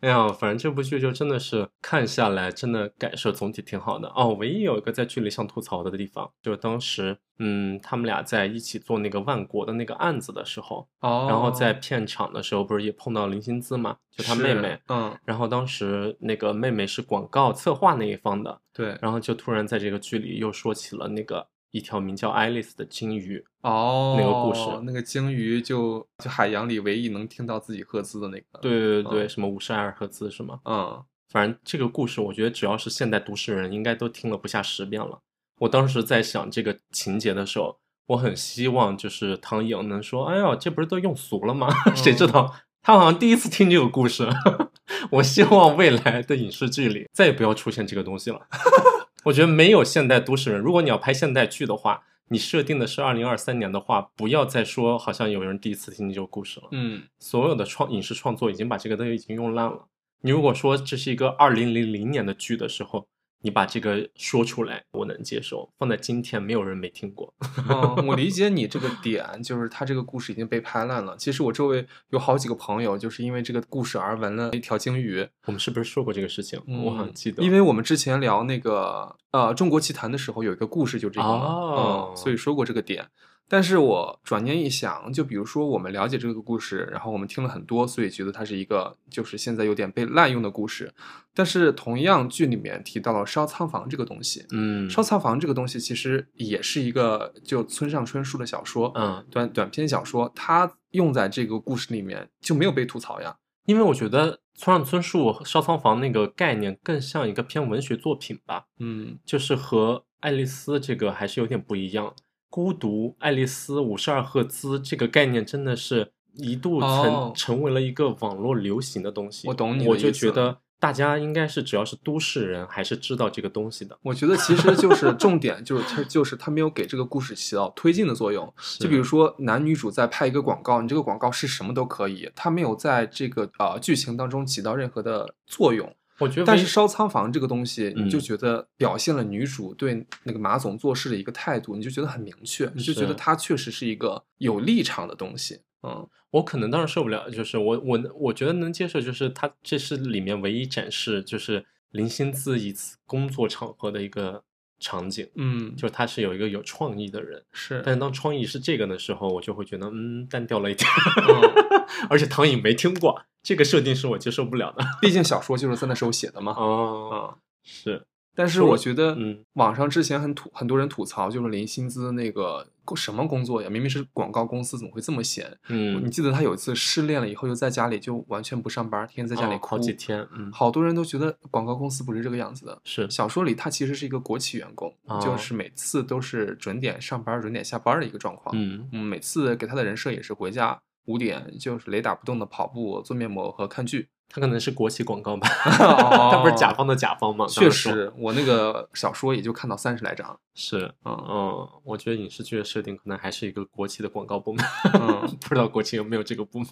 A: 哎呀，反正这部剧就真的是看下来，真的感受总体挺好的哦。唯一有一个在剧里想吐槽的地方，就是当时嗯，他们俩在一起做那个万国的那个案子的时候，
B: 哦，
A: 然后在片场的时候，不是也碰到林心姿嘛，就她妹
B: 是
A: 妹。，
B: 嗯，
A: 然后当时那个妹妹是广告策划那一方的，
B: 对，
A: 然后就突然在这个剧里又说起了那个一条名叫 Alice 的金鱼，
B: 哦，
A: 那个故事
B: 那个鲸鱼就就海洋里唯一能听到自己赫兹的那个，，
A: 对对对对，
B: 嗯
A: 什么五十艾尔赫兹是吗？
B: 嗯，
A: 反正这个故事，我觉得只要是现代都市人，应该都听了不下十遍了。我当时在想这个情节的时候，我很希望就是唐颖能说：“哎呀，这不是都用俗了吗？”谁知道
B: 嗯
A: 他好像第一次听这个故事。 我希望未来的影视剧里再也不要出现这个东西了。 我觉得没有现代都市人，如果你要拍现代剧的话，你设定的是二零二三年的话，不要再说好像有人第一次听这个故事了。
B: 嗯，
A: 所有的创影视创作已经把这个都已经用烂了。你如果说这是一个二零零零年的剧的时候，你把这个说出来，我能接受。放在今天，没有人没听过。
B: 嗯，我理解你这个点，就是他这个故事已经被拍烂了。其实我周围有好几个朋友，就是因为这个故事而纹了一条鲸鱼。
A: 我们是不是说过这个事情？我好像记得，
B: 嗯因为我们之前聊那个呃中国奇谭的时候，有一个故事就这个嘛，
A: 哦
B: 嗯，所以说过这个点。但是我转念一想，就比如说我们了解这个故事，然后我们听了很多，所以觉得它是一个就是现在有点被滥用的故事。但是同样剧里面提到了烧仓房这个东西，
A: 嗯，
B: 烧仓房这个东西其实也是一个就村上春树的小说，
A: 嗯，
B: 短短篇小说，它用在这个故事里面就没有被吐槽呀。
A: 因为我觉得村上春树烧仓房那个概念更像一个偏文学作品吧，
B: 嗯，
A: 就是和爱丽丝这个还是有点不一样。孤独、爱丽丝、五十二赫兹这个概念真的是一度成、
B: 哦
A: 成为了一个网络流行的东西。
B: 我懂你的
A: 我就
B: 意思
A: 觉得大家应该是只要是都市人，还是知道这个东西的。
B: 我觉得其 实就是重点就是它就是它没有给这个故事起到推进的作用。就比如
A: 说，
B: 说男女主在拍一个广告，你这个广告是什么都可以，它没有在这个呃剧情当中起到任何的作用。
A: 我觉得
B: 但
A: 唯
B: 是烧仓房这个东西，
A: 嗯
B: 你就觉得表现了女主对那个马总做事的一个态度，你就觉得很明确，你就觉
A: 是
B: 得它确实是一个有立场的东西。嗯，
A: 我可能当时受不了，就是我我我觉得能接受，就是他这是里面唯一展示就是林心自一次工作场合的一个场景，
B: 嗯，
A: 就是他是有一个有创意的人。
B: 是，
A: 但是当创意是这个的时候，我就会觉得嗯单调了一点，
B: 嗯
A: 而且唐颖没听过这个设定是我接受不了的。
B: 毕竟小说就是在那时候写的嘛。
A: 哦，
B: 嗯，
A: 是，
B: 但是
A: 说
B: 我觉得，
A: 嗯，
B: 网上之前很吐很多人吐槽，就是林薪资那个什么工作呀，明明是广告公司，怎么会这么闲？你
A: 嗯，
B: 记得他有一次失恋了以后，就在家里就完全不上班，天天在家里
A: 哦
B: 哭。
A: 好几天，嗯，
B: 好多人都觉得广告公司不是这个样子的。
A: 是，
B: 小说里他其实是一个国企员工，
A: 哦
B: 就是每次都是准点上班、准点下班的一个状况。
A: 嗯
B: 嗯，每次给他的人设也是回家五点就是雷打不动的跑步、做面膜和看剧。
A: 他可能是国企广告吧，
B: 他
A: 哦 他不是甲，方的甲方吗？他
B: 哦确
A: 们说
B: 实，我那个小说也就看到三十来章。
A: 是，
B: 嗯
A: 嗯，我觉得影视剧的设定可能还是一个国企的广告部门，
B: 嗯
A: 不知道国企有没有这个部门。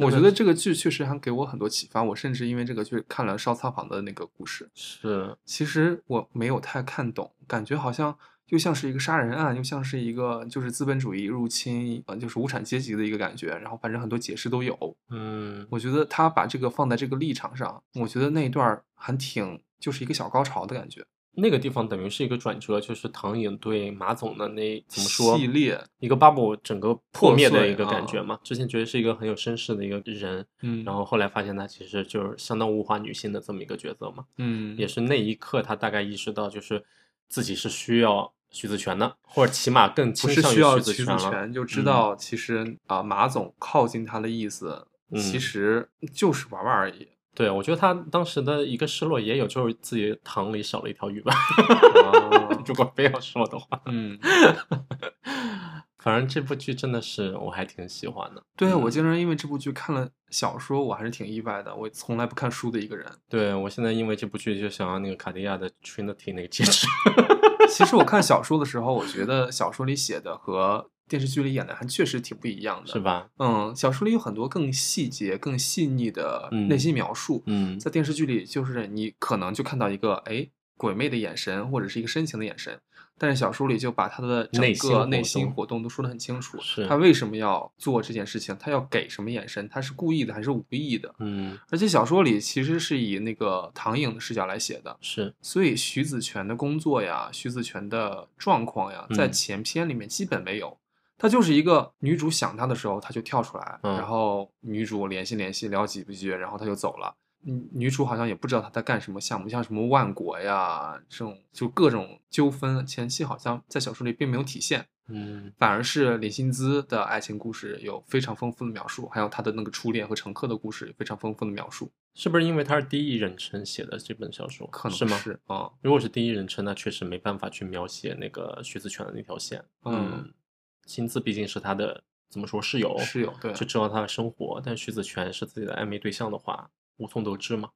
B: 我觉
A: 真的
B: 得这个剧确实还给我很多启发，我甚至因为这个剧看了烧仓房的那个故事。
A: 是，
B: 其实我没有太看懂，感觉好像又像是一个杀人案，又像是一个就是资本主义入侵，呃，就是无产阶级的一个感觉。然后反正很多解释都有。
A: 嗯，
B: 我觉得他把这个放在这个立场上，我觉得那一段儿还挺就是一个小高潮的感觉。
A: 那个地方等于是一个转折，就是唐颖对马总的那怎么说
B: 系列，
A: 一个 bubble 整个破灭的
B: 碎
A: 一个感
B: 啊
A: 觉嘛。之前觉得是一个很有绅士的一个人，
B: 嗯
A: 然后后来发现他其实就是相当物化女性的这么一个角色嘛。
B: 嗯
A: 也是那一刻，他大概意识到就是自己是需要徐子泉的，或者起码更
B: 不
A: 倾
B: 是
A: 向于
B: 需要
A: 子
B: 徐
A: 泉
B: 子
A: 了。
B: 泉就
A: 嗯
B: 知道，其实啊、马总靠近他的意思，其
A: 嗯
B: 实就是玩玩而已。
A: 对，我觉得他当时的一个失落也有，就是自己塘里少了一条鱼吧。
B: 啊
A: 如果非要说的话，
B: 嗯，
A: 反正这部剧真的是我还挺喜欢的。
B: 对啊，
A: 嗯
B: 我竟然因为这部剧看了小说，我还是挺意外的。我从来不看书的一个人。
A: 对我现在因为这部剧就想要那个卡地亚的 Trinity 那个戒指。
B: 其实我看小说的时候，我觉得小说里写的和电视剧里演的还确实挺不一样的。
A: 是吧？
B: 嗯，小说里有很多更细节、更细腻的
A: 嗯
B: 内心描述，
A: 嗯，
B: 在电视剧里就是你可能就看到一个哎鬼魅的眼神，或者是一个深情的眼神，但是小说里就把他的整
A: 内心活
B: 个
A: 动
B: 内心活动都说得很清楚，
A: 是
B: 他为什么要做这件事情，他要给什么眼神，他是故意的还是无意的？
A: 嗯
B: 而且小说里其实是以那个唐颖的视角来写的，
A: 是
B: 所以徐子泉的工作呀，徐子泉的状况呀，
A: 嗯
B: 在前篇里面基本没有。他就是一个女主想他的时候，他就跳出来，
A: 嗯
B: 然后女主联系联系，聊几句，然后他就走了。嗯女主好像也不知道他在干什么项目，像什么万国呀这种，就各种纠纷，前期好像在小说里并没有体现，
A: 嗯
B: 反而是李薪资的爱情故事有非常丰富的描述，还有他的那个初恋和乘客的故事有非常丰富的描述，
A: 是不是因为他是第一人称写的这本小说？
B: 可能
A: 是哦吗？
B: 是啊、
A: 如果是第一人称，那确实没办法去描写那个徐子泉的那条线。
B: 嗯，
A: 薪资毕竟是他的怎么说室友，
B: 是有对，
A: 哦就知道他的生活。但徐子泉是自己的暧昧对象的话，无从得知嘛。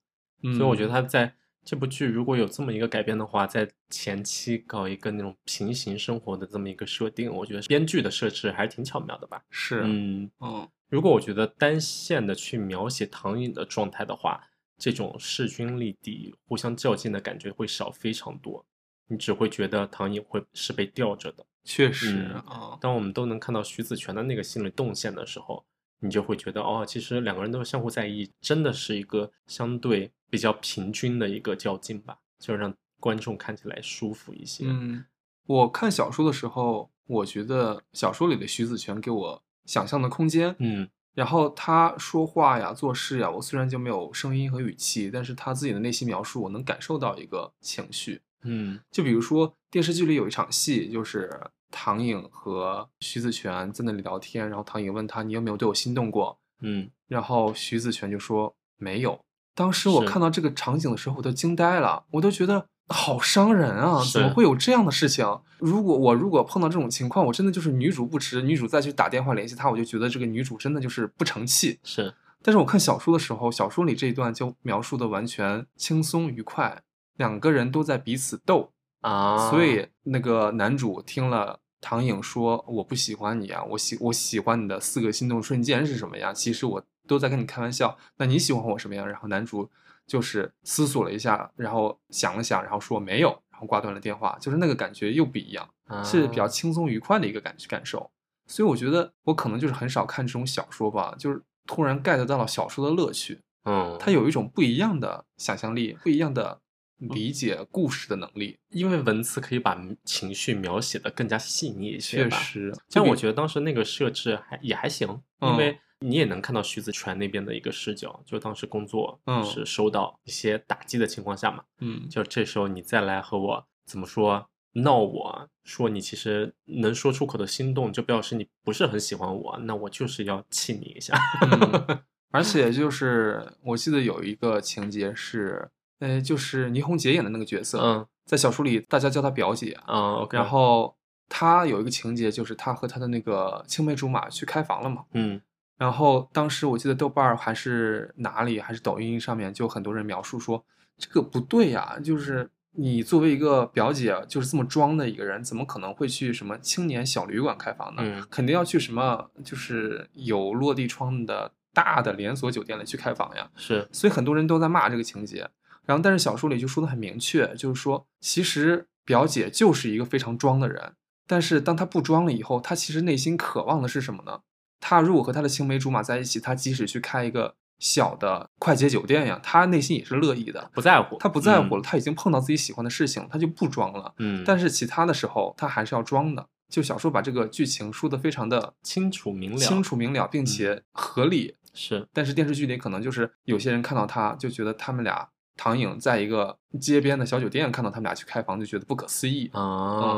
B: 所
A: 所以我觉
B: 嗯
A: 得他在这部剧如果有这么一个改编的话，在前期搞一个那种平行生活的这么一个设定，我觉得编剧的设置还是挺巧妙的吧。
B: 是，
A: 嗯，
B: 嗯
A: 如果我觉得单线的去描写唐颖的状态的话，这种势均力敌、互相较劲的感觉会少非常多。你只会觉得唐颖会是被吊着的。
B: 确实
A: 嗯
B: 啊，
A: 当我们都能看到徐子泉的那个心理动线的时候，你就会觉得哦，其实两个人都相互在意，真的是一个相对比较平均的一个较劲吧，就让观众看起来舒服一些。
B: 嗯，我看小说的时候，我觉得小说里的徐子泉给我想象的空间，
A: 嗯
B: 然后他说话呀、做事呀，我虽然就没有声音和语气，但是他自己的内心描述，我能感受到一个情绪。
A: 嗯
B: 就比如说电视剧里有一场戏，就是唐颖和徐子泉在那里聊天，然后唐颖问他你有没有对我心动过，
A: 嗯，
B: 然后徐子泉就说没有。当时我
A: 是
B: 看到这个场景的时候，我都惊呆了，我都觉得好伤人啊！
A: 是
B: 怎么会有这样的事情？如果我如果碰到这种情况，我真的就是女主不值，女主再去打电话联系他，我就觉得这个女主真的就是不成器。
A: 是
B: 但是我看小说的时候，小说里这一段就描述的完全轻松愉快，两个人都在彼此斗，
A: 啊，
B: 所以那个男主听了唐颖说我不喜欢你啊，我喜我喜欢你的四个心动瞬间是什么呀？其实我都在跟你开玩笑，那你喜欢我什么呀？然后男主就是思索了一下，然后想了想，然后说没有，然后挂断了电话，就是那个感觉又不一样，
A: 啊
B: 是比较轻松愉快的一个感感受。所以我觉得我可能就是很少看这种小说吧，就是突然 get 到了小说的乐趣，
A: 嗯，
B: 它有一种不一样的想象力，不一样的
A: 嗯
B: 理解故事的能力。
A: 因为文字可以把情绪描写的更加细腻一些
B: 确
A: 吧。
B: 实，
A: 像
B: 就
A: 我
B: 比
A: 觉得当时那个设置还也还行，
B: 嗯
A: 因为你也能看到徐子泉那边的一个视角，就当时工作
B: 嗯
A: 是收到一些打击的情况下嘛，
B: 嗯
A: 就这时候你再来和我怎么说闹我说你其实能说出口的心动，就表示你不是很喜欢我，那我就是要气你 一下。
B: 嗯，而且就是我记得有一个情节是，呃，就是倪虹洁演的那个角色，
A: 嗯
B: 在小说里大家叫她表姐，啊
A: 嗯，OK，
B: 然后她有一个情节就是她和她的那个青梅竹马去开房了嘛，
A: 嗯
B: 然后当时我记得豆瓣儿还是哪里，还是抖音上面，就很多人描述说这个不对呀、就是你作为一个表姐，啊就是这么装的一个人，怎么可能会去什么青年小旅馆开房呢？
A: 嗯
B: 肯定要去什么就是有落地窗的大的连锁酒店里去开房呀。
A: 是
B: 所以很多人都在骂这个情节。然后，但是小说里就说的很明确，就是说，其实表姐就是一个非常装的人，但是当她不装了以后，她其实内心渴望的是什么呢？她如果和她的青梅竹马在一起，她即使去开一个小的快捷酒店呀，她内心也是乐意的。
A: 不在乎，嗯
B: 她不在乎了，她已经碰到自己喜欢的事情了，她就不装了。
A: 嗯，嗯，
B: 但
A: 是
B: 是其他的时候，她还是要装的。就小说把这个剧情说的非常的
A: 清楚明了，嗯
B: 清楚明了，并且合理，
A: 是
B: 但是电视剧里可能就是有些人看到他就觉得他们俩唐颖在一个街边的小酒店看到他们俩去开房，就觉得不可思议，
A: 啊，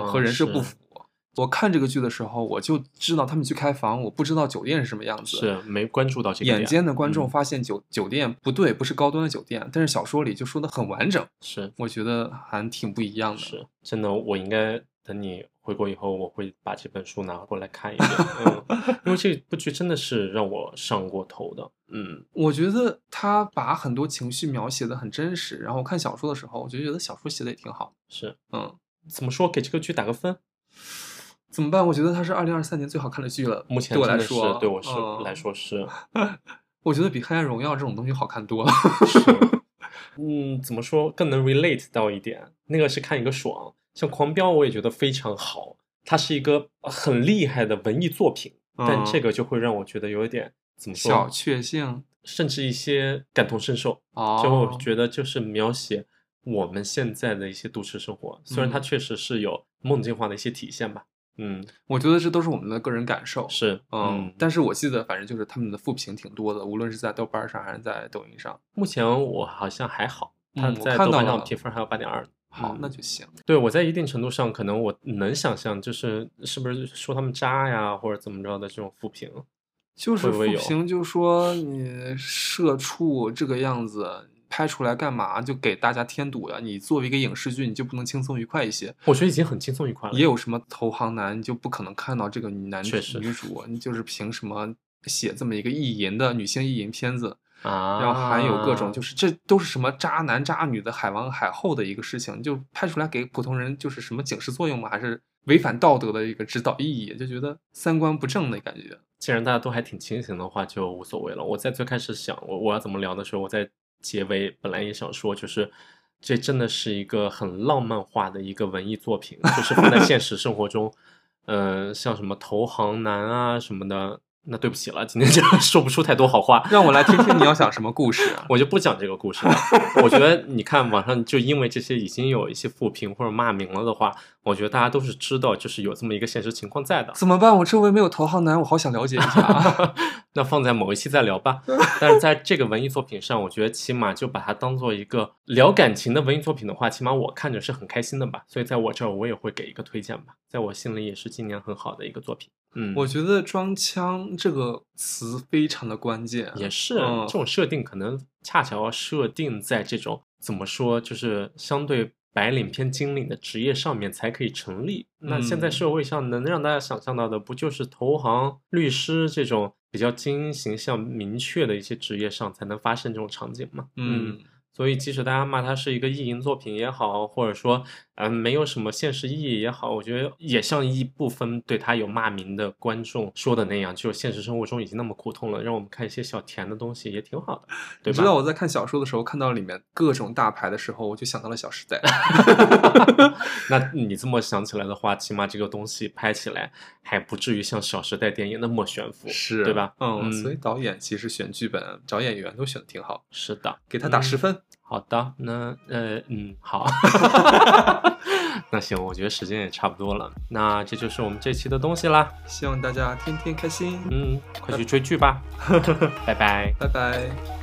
B: 嗯，和人设不
A: 是
B: 符。我看这个剧的时候，我就知道他们去开房，我不知道酒店是什么样子。
A: 是没关注到这个
B: 眼
A: 点
B: 尖的观众
A: 嗯
B: 发现酒、酒店不对，不是高端的酒店，但是小说里就说的很完整，
A: 是
B: 我觉得还挺不一样的。
A: 是真的，我应该等你回国以后，我会把这本书拿过来看一遍， 嗯，因为这部剧真的是让我上过头的，嗯，
B: 我觉得他把很多情绪描写的很真实，然后我看小说的时候，我就觉得小说写的也挺好。
A: 是
B: 嗯，
A: 怎么说给这个剧打个分？
B: 怎么办？我觉得它是二零二三年最好看的剧了，
A: 目前
B: 对我
A: 真
B: 来
A: 的是
B: 说，
A: 对我是
B: 嗯
A: 来，说是
B: 我觉得比《黑暗荣耀》这种东西好看多了。
A: 是，嗯，怎么说更能 relate 到一点？那个是看一个爽，像《狂飙》我也觉得非常好，它是一个很厉害的文艺作品， 但这
B: 嗯
A: 个就会让我觉得有一点怎么
B: 小
A: 说，
B: 确幸
A: 甚至一些感同身受。
B: 哦，
A: 就我觉得就是描写我们现在的一些都市生活，虽然它
B: 嗯
A: 确实是有梦境化的一些体现吧，嗯，
B: 我觉得这都是我们的个人感受。
A: 是，
B: 嗯
A: 嗯，，
B: 但是我记得，反正就是他们的负评挺多的，无论是在豆瓣上还是在抖音上。
A: 目前我好像还好，它
B: 嗯我
A: 在
B: 看
A: 豆
B: 到
A: 瓣上
B: 了
A: 评分还有八点二。
B: 好，
A: 嗯
B: 那就行。
A: 对我在一定程度上，可能我能想象，就是是不是说他们渣呀，或者怎么着的这种负评，
B: 就是
A: 会不
B: 负
A: 会有
B: 评就说你社畜这个样子拍出来干嘛？就给大家添堵呀！你作为一个影视剧，你就不能轻松愉快一些？
A: 我觉得已经很轻松愉快了。
B: 也有什么投行男，你就不可能看到这个男
A: 确实
B: 女主，你就是凭什么写这么一个意淫的女性意淫片子，
A: 啊，
B: 然后还有各种，就是是这都是什么渣男渣女的海王海后的一个事情，就拍出来给普通人就是什么警示作用吗？还是违反道德的一个指导意义？就觉得三观不正的感觉。
A: 既然大家都还挺清醒的话，就无所谓了。我在最开始想我我要怎么聊的时候，我在结尾本来也想说，就是这真的是一个很浪漫化的一个文艺作品，就是放在现实生活中，嗯、像什么投行男啊什么的，那对不起了，今天就说不出太多好话。
B: 让我来听听你要讲什么故事啊
A: 我就不讲这个故事了。我觉得你看网上就因为这些已经有一些负评或者骂名了的话，我觉得大家都是知道，就是有这么一个现实情况在的。
B: 怎么办？我周围没有投行男，我好想了解一下啊。
A: 那放在某一期再聊吧。但是在这个文艺作品上，我觉得起码就把它当做一个聊感情的文艺作品的话，起码我看着是很开心的吧。所以在我这儿，我也会给一个推荐吧，在我心里也是今年很好的一个作品。嗯，
B: 我觉得“装腔”这个词非常的关键。
A: 也是
B: 嗯
A: 这种设定，可能恰巧设定在这种怎么说，就是相对白领偏金领的职业上面才可以成立。那现在
B: 嗯
A: 社会上能让大家想象到的，不就是投行、律师这种比较精英形象明确的一些职业上才能发生这种场景吗？
B: 嗯，
A: 所以，即使大家骂它是一个意淫作品也好，或者说，嗯、没有什么现实意义也好，我觉得也像一部分对它有骂名的观众说的那样，就现实生活中已经那么苦痛了，让我们看一些小甜的东西也挺好的，对
B: 你
A: 吧？
B: 知道我在看小说的时候，看到里面各种大牌的时候，我就想到了《小时代》。
A: 那你这么想起来的话，起码这个东西拍起来还不至于像《小时代》电影那么悬浮，
B: 是
A: 对吧？
B: 嗯，
A: 嗯
B: 所以导演其实选剧本、找演员都选的挺好，
A: 是的，
B: 给他打
A: 嗯
B: 十分。
A: 好的，那呃嗯 好， 那行，我觉得时间也差不多了，那这就是我们这期的东西啦。嗯
B: 希望大家天天开心，
A: 嗯，快去追剧吧，拜拜。
B: 拜拜。